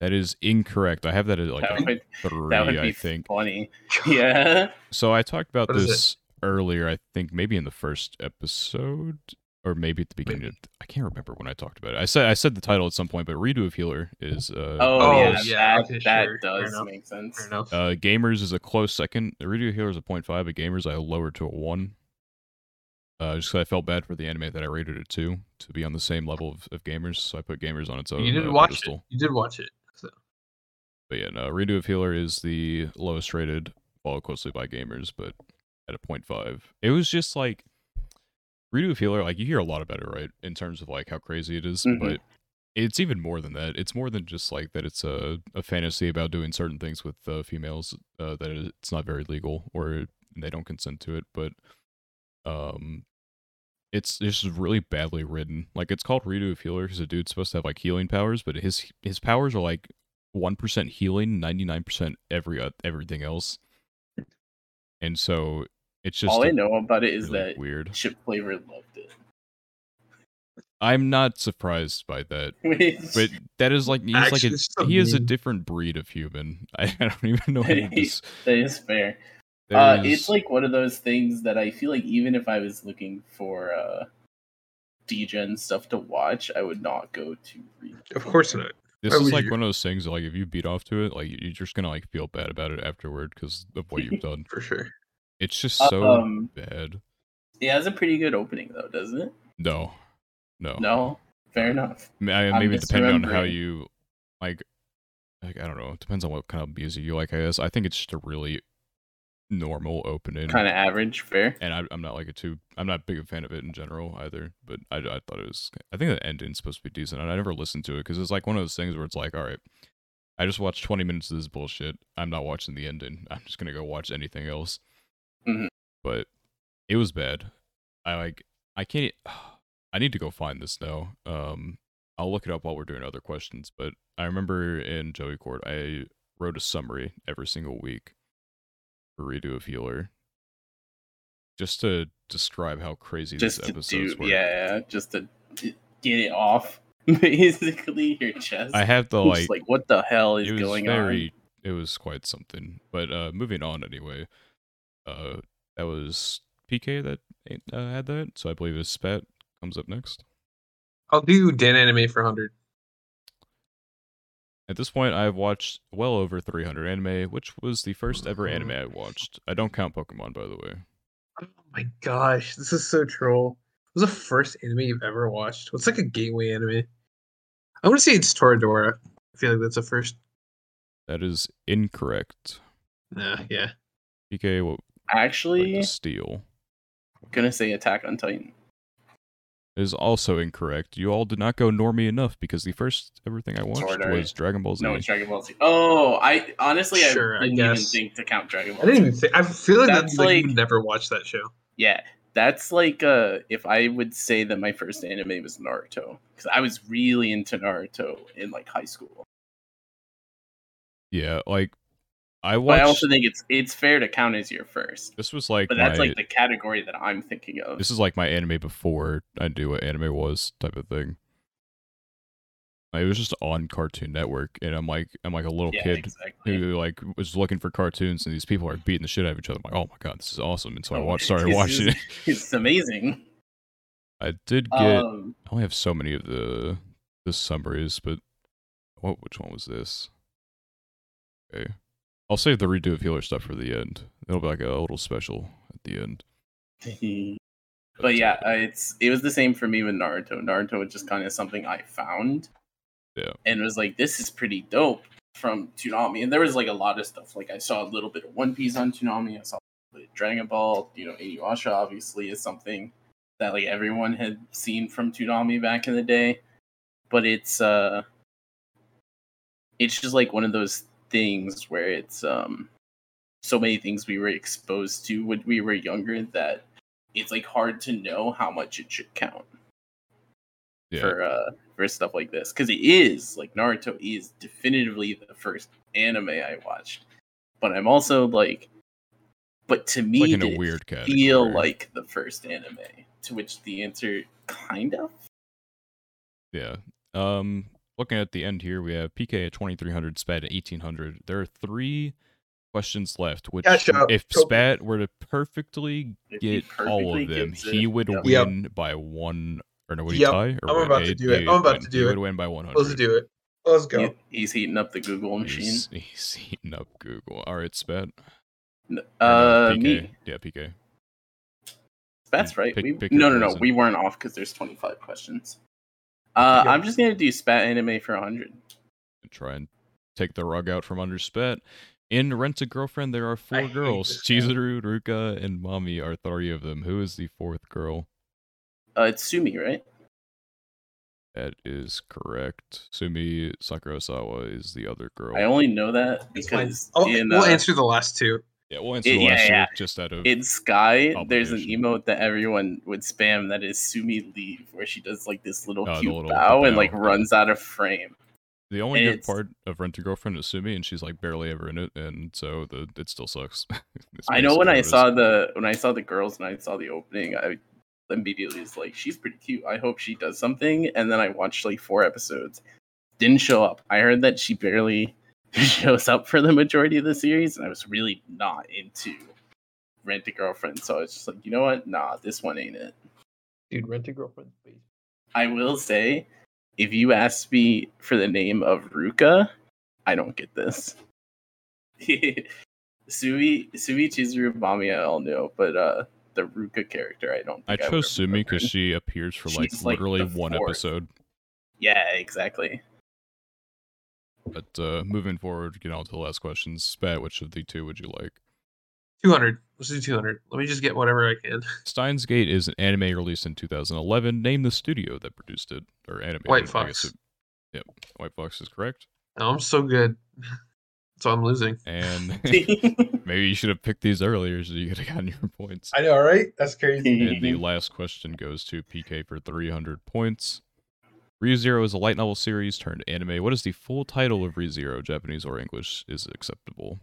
That is incorrect. I have that at like
that
a
would,
three,
that would be
I think.
funny. Yeah.
So I talked about
What is it?
this earlier, I think maybe in the first episode or maybe at the beginning. Of, I can't remember when I talked about it. I said I said the title at some point, but Redo of Healer is uh,
Oh,
Oh,
yeah,
yeah,
that,
okay,
that
sure, fair
does
enough,
make sense.
Fair enough.
uh Gamers is a close second. Redo of Healer is a 0.5, but Gamers I lowered to a 1. Uh, just 'cause I felt bad for the anime that I rated it to to be on the same level of, of Gamers, so I put Gamers on its own.
you
uh,
didn't watch
pedestal.
it. You did watch it. So.
But yeah, no, Redo of Healer is the lowest rated, followed closely by gamers, but at a 0.5. It was just like Redo of Healer, like you hear a lot about it, right? In terms of like how crazy it is,
Mhm.
but it's even more than that. It's more than just like that it's a, a fantasy about doing certain things with uh, females uh, that it's not very legal or they don't consent to it, but um it's it's just really badly written. Like it's called Redo of Healer because a dude's supposed to have like healing powers, but his his powers are like one percent healing, ninety nine percent every uh, everything else. And so it's just
All I
a-
know about it is
really
that
weird.
Chip Flavor loved it.
I'm not surprised by that,
Which-
but that is like he's like
Actually,
a,
it's so
he is a
mean.
different breed of human. I don't even know. How to des-
that is fair.
there
Uh,
is-
it's like one of those things that I feel like even if I was looking for uh, DGen stuff to watch, I would not go to. Redo.
Of course not.
this
I
is
would
like
agree.
one of those things that like if you beat off to it, like you're just gonna like feel bad about it afterward because of what you've done.
For sure.
It's just
Uh,
so
um,
bad.
It has a pretty good opening though, doesn't it?
No, no,
No, fair enough.
M- I-
I'm
maybe depending on how
misremembering.
you like. Like I don't know. It depends on what kind of music you like. I guess I think it's just a really normal opening.
Kind of average, fair.
and I, I'm not like a too. I'm not big a fan of it in general either. But I, I thought it was. I think the ending's supposed to be decent, and I never listened to it because it's like one of those things where it's like, all right, I just watched 20 minutes of this bullshit. I'm not watching the ending. I'm just gonna go watch anything else.
Mhm.
But it was bad. I like. I can't. e-, I need to go find this now. Um, I'll look it up while we're doing other questions. But I remember in Joey Court, I wrote a summary every single week for Redo of Healer, just to describe how crazy
Just
these
to
episodes
do,
were.
yeah, just to d- get it off basically your chest.
I have the
I'm
like.
just like, what the hell is
it was
going
very. It was quite something. But uh, moving on anyway. Uh, that was PK that uh, had that, so I believe his spat comes up next.
I'll do Dan anime for 100.
At this point, I've watched well over 300 anime, which was the first ever anime I watched. I don't count Pokemon, by the way.
Oh my gosh, this is so troll. What was the first anime you've ever watched? What's like a gateway anime? I want to say it's Toradora. I feel like that's the first.
That is incorrect.
Nah, yeah.
PK will
on?
like
Actually,
to steal.
gonna say Attack on Titan.
It Is also incorrect. You all did not go normie enough because the first everything I watched
Sword Art.
was Dragon Ball Z.
No, it's Dragon Ball Z. Oh, I honestly
Sure, I
I didn't even
guess.
think to count Dragon
I
Ball.
didn't
Z.
even think. I feel like
That's
that's, like, you
like-
would never watch that show.
Yeah, that's like uh, if I would say that my first anime was Naruto because I was really into Naruto in like high school.
Yeah, like I
But
watched.
I also think it's it's fair to count as your first.
this was like
But that's
my.
like the category that I'm thinking of.
this is like my anime before I knew what anime was type of thing. Like, It was just on Cartoon Network, and I'm like, I'm like a little
yeah,
kid
exactly.
who like was looking for cartoons, and these people are beating the shit out of each other. I'm like, oh my god, this is awesome! And so I
Oh,
uh, watched, started
this
watching
is-
it.
It's amazing.
I did get.
Um,
I only have so many of the the summaries, but what? Which one was this? Okay, I'll save the redo of healer stuff for the end. It'll be like a little special at the end.
but yeah,
uh,
uh, it's it was the same for me with Naruto. Naruto was just kind of something I found,
Yeah.
and was like, this is pretty dope from Toonami. And there was like a lot of stuff. Like I saw a little bit of One Piece on Toonami. I saw a little bit of Dragon Ball. You know, Inuyasha obviously is something that like everyone had seen from Toonami back in the day. But it's uh, it's just like one of those things where it's um, so many things we were exposed to when we were younger that it's like hard to know how much it should count
yeah.
for uh for stuff like this because it is like naruto is definitively the first anime i watched but i'm also like but to me
like in
did
a
it
weird category.
feel like the first anime to which the answer kind of
yeah. Um, looking at the end here, we have PK at twenty three hundred, Spat at eighteen hundred. There are three questions left. Which,
Gotcha.
if
Go.
Spat were to perfectly
If he
get all
perfectly
of them,
gets it,
he would
yeah.
Yep.
win by one. Or no, would he
Yep.
tie? Or
I'm
would-
about to
he-
do it.
he
I'm
would
about
win.
to do
he
it.
Would win by one
Let's
hundred.
do it. Let's go.
he- he's heating up the google machine
He's, he's eating up Google. All right, Spat. Or
N-
no,
uh
PK.
me
Yeah, PK.
That's right.
Pick-
we,
pick your
no, no, no.
poison.
We weren't off because there's 25 questions. Uh,
Yeah.
I'm just gonna do spat anime for 100.
Try and take the rug out from under Spat. In Rent a Girlfriend, there are
I
four
hate
girls.
this guy.
Chizuru, Ruka, and Mommy are three of them. Who is the fourth girl?
Uh, it's Sumi, right?
That is correct. Sumi Sakurasawa is the other girl.
I only know that
It's fine.
because
I'll-
in,
we'll
uh,
answer the last two.
yeah, we'll answer
Yeah,
the last
yeah,
two
yeah.
just out of
in Sky, there's an
Obligation.
emote that everyone would spam that is Sumi leave, where she does like this little
Oh, the
cute
little
bow and
bow.
like runs out of frame.
the only good
it's-
part of Rent a Girlfriend is Sumi, and she's like barely ever in it, and so the it still sucks. It's
I know when
basically what
I
it is.
saw the when I saw the girls and I saw the opening, I immediately was like, "She's pretty cute. I hope she does something." And then I watched like four episodes. Didn't show up. I heard that she barely shows up for the majority of the series, and I was really not into Rent a Girlfriend. So I was just like, you know what? Nah, this one ain't it.
Dude, rent a girlfriend's basement.
I will say, if you asked me for the name of Ruka, I don't get this. Sumi, Sumi Chizuru Mami, I all know, but uh, the Ruka character, I don't. Think
I
would
chose Sumi because she
remember.
appears for like
She's, like,
literally
the
one
fourth.
episode.
Yeah, exactly.
But uh, moving forward, get on to the last questions. Spat, which of the two would you like?
200. Let's do 200. Let me just get whatever I can.
Steins Gate is an anime released in 2011. Name the studio that produced it or anime.
White Fox.
yep, White Fox is correct.
Oh, I'm so good. So I'm losing.
And maybe you should have picked these earlier so you could have gotten your points.
I know, right? That's crazy.
And the last question goes to PK for 300 points. ReZero is a light novel series turned anime. What is the full title of ReZero? Japanese or English is acceptable.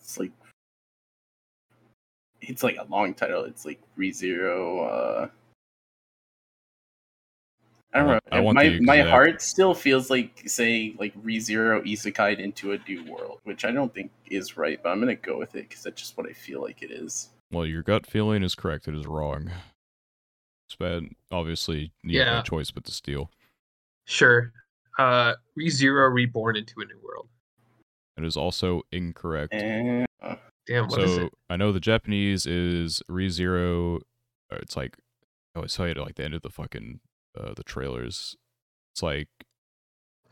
it's like it's like a long title. It's like ReZero. Uh, I
I
don't
want-
know.
I want
my
the
my
exact-
heart still feels like saying like ReZero Isekai into a new world, which I don't think is right, but I'm gonna go with it because that's just what I feel like it is.
Well, your gut feeling is correct. It is wrong. Spad, obviously, you have
Yeah.
no choice but to steal.
Sure. Uh, ReZero Reborn into a New World.
It is also incorrect.
And uh,
Damn, what is
so
it?
I know the Japanese is ReZero. uh, It's like oh, I always tell you at like the end of the fucking uh, the trailers. It's like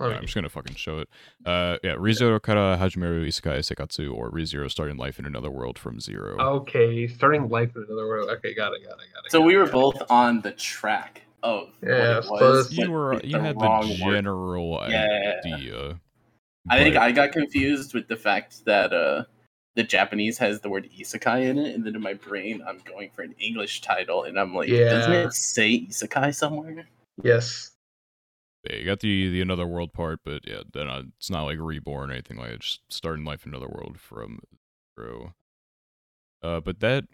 Let
Yeah, I'm
me-
just gonna fucking show it. Uh, yeah, ReZero Kara Hajimeru Isekai Sekatsu or ReZero Starting Life in Another World from Zero.
Oh, Okay, starting life in another world. Okay, got it, got it, got it.
so
got
we
it,
were
got it.
both on the track of
Yeah,
what it
so
was.
You
but
were
with
you had
wrong
the
word.
general
Yeah.
idea.
I think
but
I got confused with the fact that uh, the Japanese has the word isekai in it, and then in my brain, I'm going for an English title, and I'm like, doesn't
Yeah.
it say isekai somewhere?
Yes.
yeah, you got the the Another World part, but yeah, then uh, it's not like reborn or anything like it. Just Starting Life in Another World from Zero. Uh, but that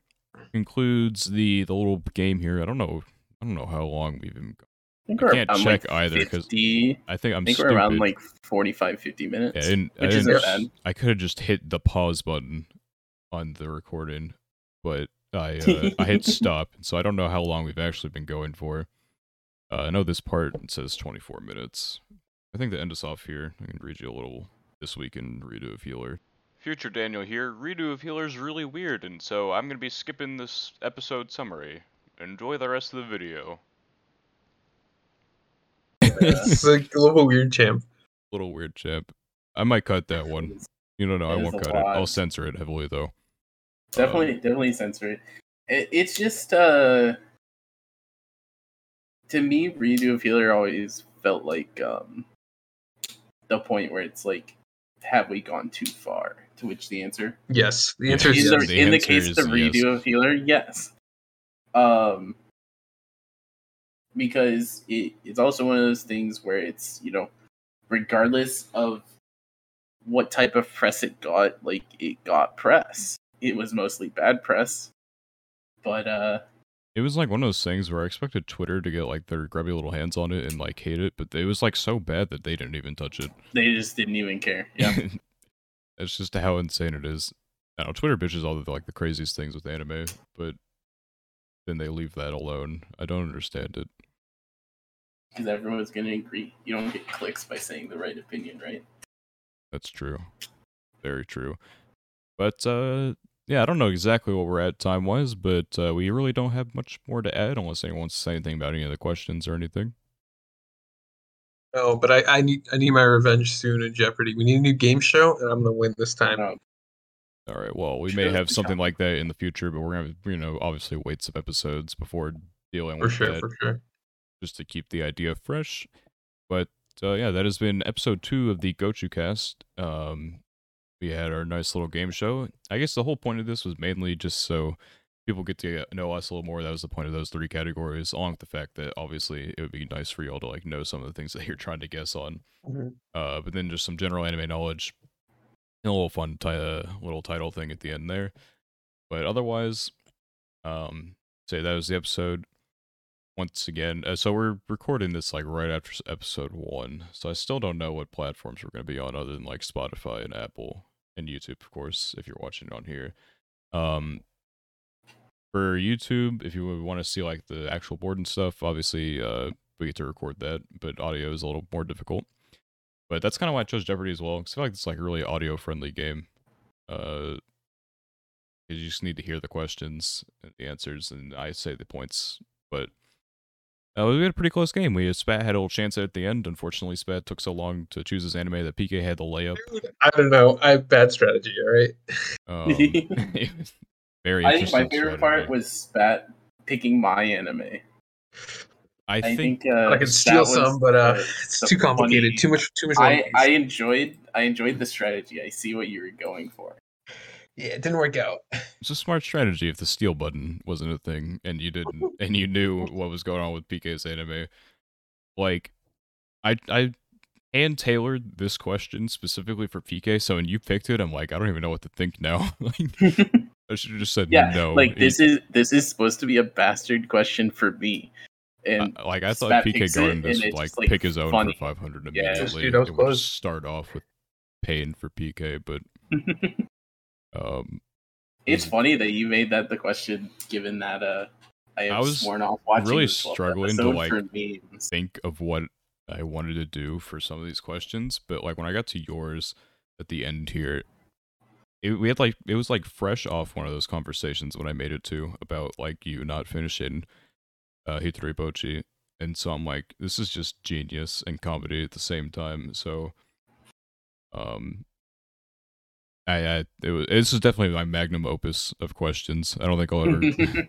concludes the the little game here. I don't know. I don't know how long we've been.
I, think
I can't check either, 'cause
50
I think I'm.
I think we're around
stupid.
like 45, 50 minutes.
Yeah, I didn't, I,
which
didn't-
isn't
s- I could have just hit the pause button on the recording, but I uh, I hit stop, so I don't know how long we've actually been going for. Uh, I know this part says 24 minutes. I think that end us off here. I can read you a little this week in Redo of Healer. Future Daniel here. Redo of Healer is really weird, and so I'm gonna be skipping this episode summary. Enjoy the rest of the video.
It's like a little weird champ.
little weird chip. I might cut that one. You don't know. I
It is
won't
a
cut it. I'll
lot.
censor it heavily though. Um,
definitely definitely censored it, it's just uh to me redo of healer always felt like um the point where it's like have we gone too far to which the answer
Yes. The
Yeah.
answer is
in
yes.
the, in the
answer
case
is
the redo
yes.
of healer yes um because it, it's also one of those things where it's you know regardless of what type of press it got like it got press it was mostly bad press but uh
It was like one of those things where I expected Twitter to get like their grubby little hands on it and like hate it, but it was like so bad that they didn't even touch it.
they just didn't even care yeah
That's just how insane it is. I don't know, Twitter bitches all the like the craziest things with anime, but then they leave that alone. I don't understand it.
because everyone's gonna agree you don't get clicks by saying the right opinion right
That's true. Very true. But uh yeah, I don't know exactly what we're at time wise, but uh, we really don't have much more to add unless anyone wants to say anything about any of the questions or anything.
No, but I, I need I need my revenge soon in Jeopardy. We need a new game show, and I'm gonna win this time.
Um,
All right. Well, we may
Sure.
have something like that in the future, but we're gonna, you know, obviously wait some episodes before dealing
for
with
sure,
that,
for sure.
just to keep the idea fresh. But uh, yeah, that has been episode two of the Gochu Cast. Um, we had our nice little game show. I guess the whole point of this was mainly just so people get to know us a little more. That was the point of those three categories, along with the fact that obviously it would be nice for y'all to like know some of the things that you're trying to guess on.
Mhm.
Uh, but then just some general anime knowledge, and a little fun ti- uh, little title thing at the end there. But otherwise, um, say that was the episode. Once again, uh, so we're recording this like right after s- episode one, so I still don't know what platforms we're going to be on other than like Spotify and Apple and YouTube, of course, if you're watching it on here. Um, for YouTube, if you would want to see like the actual board and stuff, obviously uh, we get to record that, but audio is a little more difficult. But that's kind of why I chose Jeopardy as well, because I feel like it's like a really audio friendly game. Uh, 'cause you just need to hear the questions and the answers, and I say the points. But uh, we had a pretty close game. We uh, Spat had a little chance at the end. Unfortunately, Spat took so long to choose his anime that PK had the layup.
Dude, I don't know. I have bad strategy. All right.
Um, it was very.
I think my
interesting
favorite
strategy.
part was Spat picking my anime.
I
I
think
think uh,
I can
that
steal
was
some, but uh,
the-
it's
the
too complicated.
funny-
Too much. Too much.
I,
one
I
piece.
enjoyed I enjoyed the strategy. I see what you were going for.
yeah, it didn't work out.
It's a smart strategy if the steal button wasn't a thing and you didn't and you knew what was going on with PK's anime. Like I I hand tailored this question specifically for PK, so when you picked it, I'm like, I don't even know what to think now. like I should have just said
yeah,
no.
like
He-
this is this is supposed to be a bastard question for me, and
I- like I thought
Spat
PK
picks
going
it,
into
and
this would,
it's
like,
just, like,
pick his own
funny.
for 500
Yeah.
immediately.
Yes,
dude, I was
and we'll just
close.
start off with pain for PK, but um
it's
Mhm.
funny that you made that the question. Given that uh, I have
I was
sworn off watching.
really
this whole
struggling to,
episode
like-
for memes.
think of what I wanted to do for some of these questions, but like when I got to yours at the end here, it, we had like it was like fresh off one of those conversations when I made it to about like you not finishing uh, Hitori Bochi, and so I'm like, this is just genius and comedy at the same time. So, um, I, I it was, this is definitely my magnum opus of questions. I don't think I'll ever.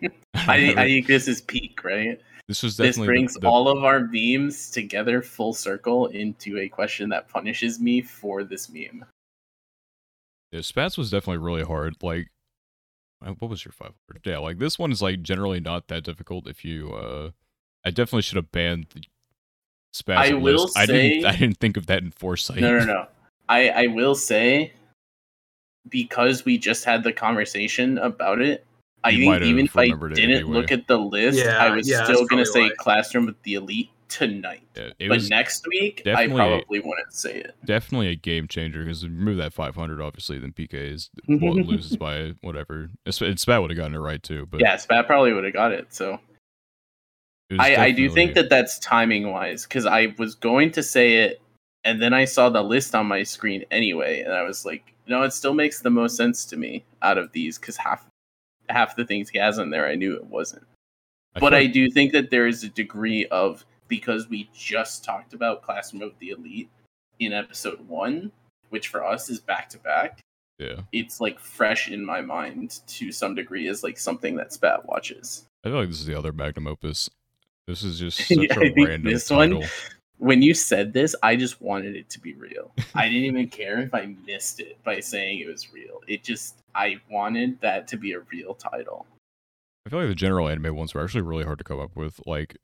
I, think- I
ever-
think this is peak, right?
this was
This
definitely the-
brings
the-
all of our memes together full circle into a question that punishes me for this meme.
Yeah, Spats was definitely really hard. Like, uh, what was your 500? Yeah, like this one is like generally not that difficult if you. uh I definitely should have banned the Spats.
I
list.
will
I didn't.
say-
I didn't think of that in foresight.
No, no, no. I, I will say, because we just had the conversation about it, I
You might
think
have
even if I
remembered it
didn't
anyway.
look at the list,
Yeah,
I was
yeah, that's
still going
probably
to say
why.
Classroom with the Elite tonight.
Yeah, it
but
was
next week, I
definitely a-
probably wouldn't say it.
definitely a game changer because remove that 500, obviously, then PK is well, loses by whatever. It's- And Spat would have gotten it right too. But
yeah, Spat probably would have got it. So
it was
I, I do think
definitely-
that that's timing wise because I was going to say it and then I saw the list on my screen anyway, and I was like, no, it still makes the most sense to me out of these because half half the things he has in there I knew it wasn't. but
feel
I
like-
do think that there is a degree of because we just talked about Classroom of the Elite in episode one, which for us is back to back.
yeah.
It's like fresh in my mind to some degree as like something that Spat watches.
I feel like this is the other magnum opus. This is just such
Yeah,
a
I think
random
this one-
title.
when you said this, I just wanted it to be real. I didn't even care if I missed it by saying it was real. It just, I wanted that to be a real title.
I feel like the general anime ones were actually really hard to come up with. Like,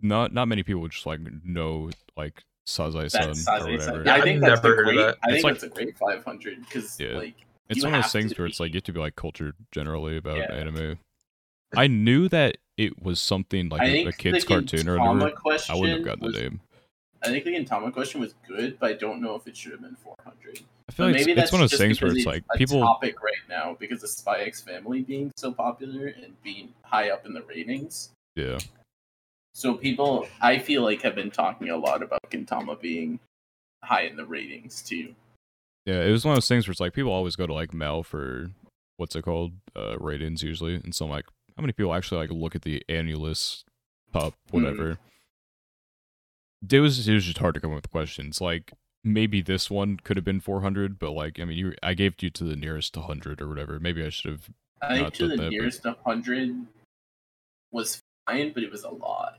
not not many people just like know like Sazae Sun
That's
or
Sazae-san.
whatever.
Yeah, I
I've
think that's a
never heard of
great.
that.
I
It's
think
like-
that's a great 500 because
Yeah.
like
it's
you
one of those
have to
things where it's
be-
like you have to be like cultured generally about
Yeah.
anime. I knew that it was something like
I
a,
think
a kids
the
cartoon or
Gintama
whatever. I
Question
wouldn't have gotten
was,
the name.
I think the Gintama question was good, but I don't know if it should have been 400.
I feel
But
like
maybe
it's,
that's
it's one of those
just
things where
because
it's like
a
people
topic right now because of Spy X Family being so popular and being high up in the ratings.
yeah.
So people, I feel like, have been talking a lot about Gintama being high in the ratings too.
Yeah, it was one of those things where it's like people always go to like Mel for what's it called uh, ratings usually, and so I'm like,
Hmm.
how many people actually like look at the annulus top whatever? it was it was just hard to come up with questions. Like maybe this one could have been 400, but like I mean, you I gave you to the nearest 100 or whatever. Maybe I should have.
I
Not
think to
that
the
that big.
nearest 100 was fine, but it was a lot.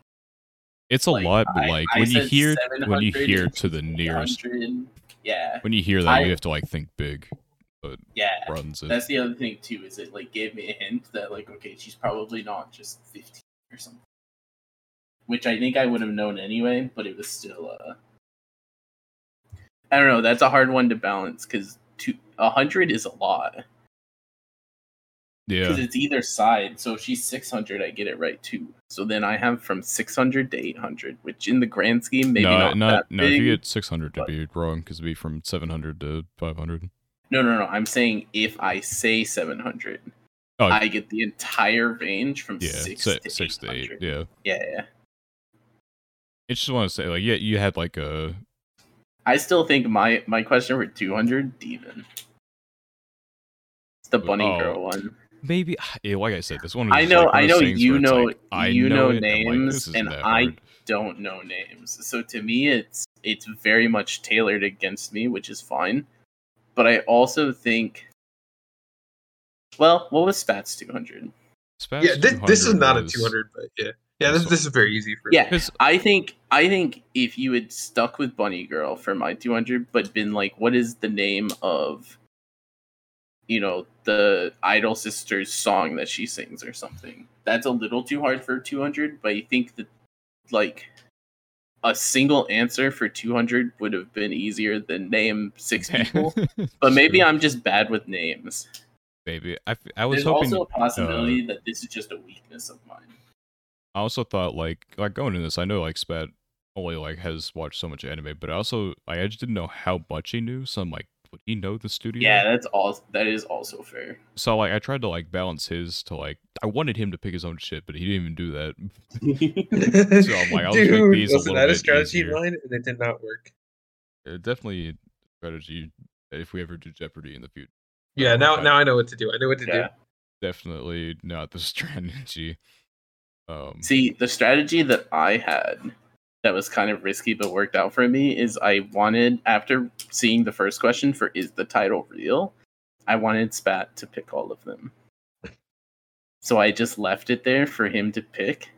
It's a
Like,
lot, but
I-
like
I
when you
said
hear when you
700,
hear to the nearest
100, yeah,
when you hear that
I-
you have to like think big
yeah.
runs it.
That's the other thing too, is it like gave me a hint that like, okay, she's probably not just fifteen or something. Which I think I would have known anyway, but it was still uh I don't know, that's a hard one to balance because a hundred is a lot.
Yeah,
Because it's either side. So if she's six hundred, I get it right too. So then I have from six hundred to eight hundred, which in the grand scheme maybe
no,
not, that
no.
big.
if you get 600, to
but-
be wrong because it'd be from 700 to 500.
No, no, no. I'm saying if I say 700,
Oh.
I get the entire range from
Yeah,
six,
si-
to,
six to eight.
800.
Yeah,
Yeah, yeah.
it's just want to say like yeah, you had like a
I still think my my question for 200 even. It's the bunny
Oh,
girl one.
maybe yeah, like I said, this one. Was
I
just,
know-
like, one
I
of those
know
things
you
where it's
know-
like, I
you know
it, I'm like,
names,
this isn't
and
that
I
hard.
Don't know names. So to me it's it's very much tailored against me, which is fine. But I also think well, what was Spats 200?
Spats
Yeah, this, this is
200
not a
was-
200, but yeah, yeah, this, this is very easy for.
Yeah,
'Cause-
I think I think if you had stuck with Bunny Girl for my 200, but been like, what is the name of, you know, the Idol Sisters song that she sings or something? That's a little too hard for 200, but I think that like a single answer for 200 would have been easier than name six people. but maybe
Sure.
I'm just bad with names.
maybe I, f- I was
There's
hoping uh,
also a possibility that this is just a weakness of mine.
I also thought like like going into this, I know like Spat only like has watched so much anime, but I also like, I just didn't know how much he knew. So I'm like, would he know the studio?
Yeah, that's all. That is also fair.
So like I tried to like balance his to like I wanted him to pick his own shit, but he didn't even do that.
It.
So I'm like, I'll just make
Dude,
these a
listen,
little
I had a
bit
strategy in
easier.
mind and it did not work.
Uh, definitely a strategy if we ever do Jeopardy in the future.
Yeah, now
Okay.
now I know what to do. I know what to
Yeah.
Definitely not the strategy. Um,
See, the strategy that I had that was kind of risky but worked out for me is I wanted, after seeing the first question for is the title real, I wanted Spat to pick all of them. So I just left it there for him to pick,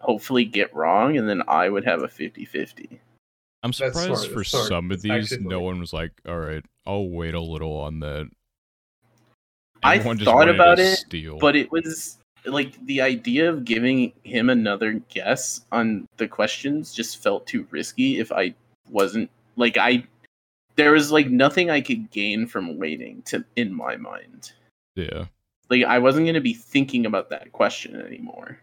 hopefully get wrong, and then I would have a 50 50.
I'm
That's
surprised
smart,
for
that's smart.
some of
That's actually
these, no
smart.
one was like, "All right, I'll wait a little on that."
I
Everyone just
thought
wanted to
about it,
steal.
But it was like the idea of giving him another guess on the questions just felt too risky if I wasn't like I there was like nothing I could gain from waiting to in my mind.
yeah,
Like I wasn't going to be thinking about that question anymore.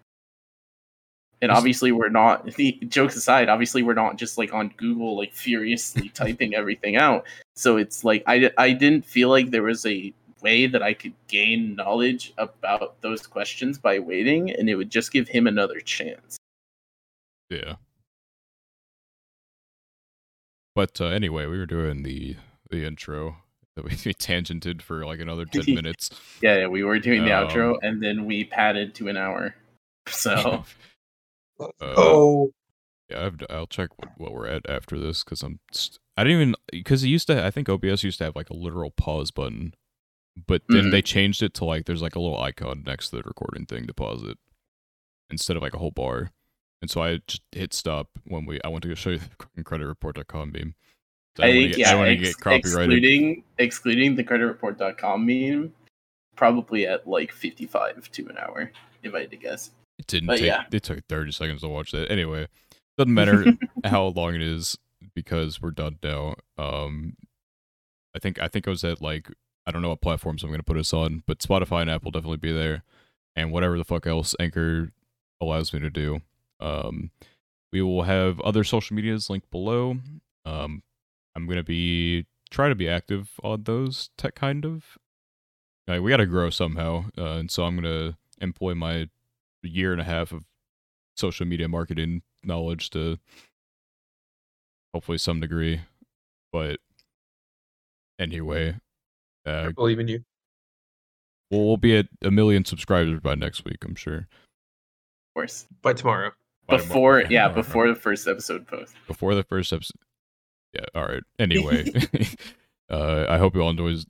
And
Just-
obviously we're not jokes aside, obviously we're not just like on Google like furiously typing everything out. So it's like I di- I didn't feel like there was a way that I could gain knowledge about those questions by waiting and it would just give him another chance.
yeah. But uh, anyway, we were doing the the intro that we tangented for like another ten minutes.
Yeah, we were doing the outro
Um,
and then we padded to an hour. So
do.
Uh,
oh,
Yeah, I've, I'll check what, what we're at after this because I'm st- I didn't even because it used to I think OBS used to have like a literal pause button, but then
Mhm.
they changed it to like there's like a little icon next to the recording thing to pause it instead of like a whole bar, and so I just hit stop when we I went to go show you the fucking creditreport.com meme. So
I
don't wanna
think
get-
yeah,
don't wanna
ex- excluding excluding the creditreport.com meme, probably at like fifty five to an hour, if I had to guess.
It didn't
But
take.
yeah.
It took thirty seconds to watch that. Anyway, doesn't matter how long it is because we're done now. Um, I think I think I was at like I don't know what platforms I'm gonna put us on, but Spotify and Apple definitely be there, and whatever the fuck else Anchor allows me to do. Um, we will have other social medias linked below. Um, I'm gonna be try to be active on those tech kind of. Like, we got to grow somehow, uh, and so I'm gonna employ my year and a half of social media marketing knowledge to hopefully some degree. But anyway,
I
uh,
believe in you.
we'll, we'll be at a million subscribers by next week, I'm sure.
Of course.
By tomorrow.
Quite a mo-
before yeah before the first episode post.
before the first episode. Yeah. All right. Anyway, uh, I hope you all enjoys.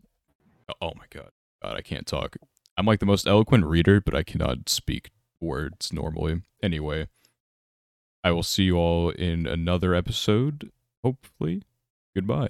Oh my god, God, I can't talk. I'm like the most eloquent reader, but I cannot speak words normally. Anyway, I will see you all in another episode. Hopefully, goodbye.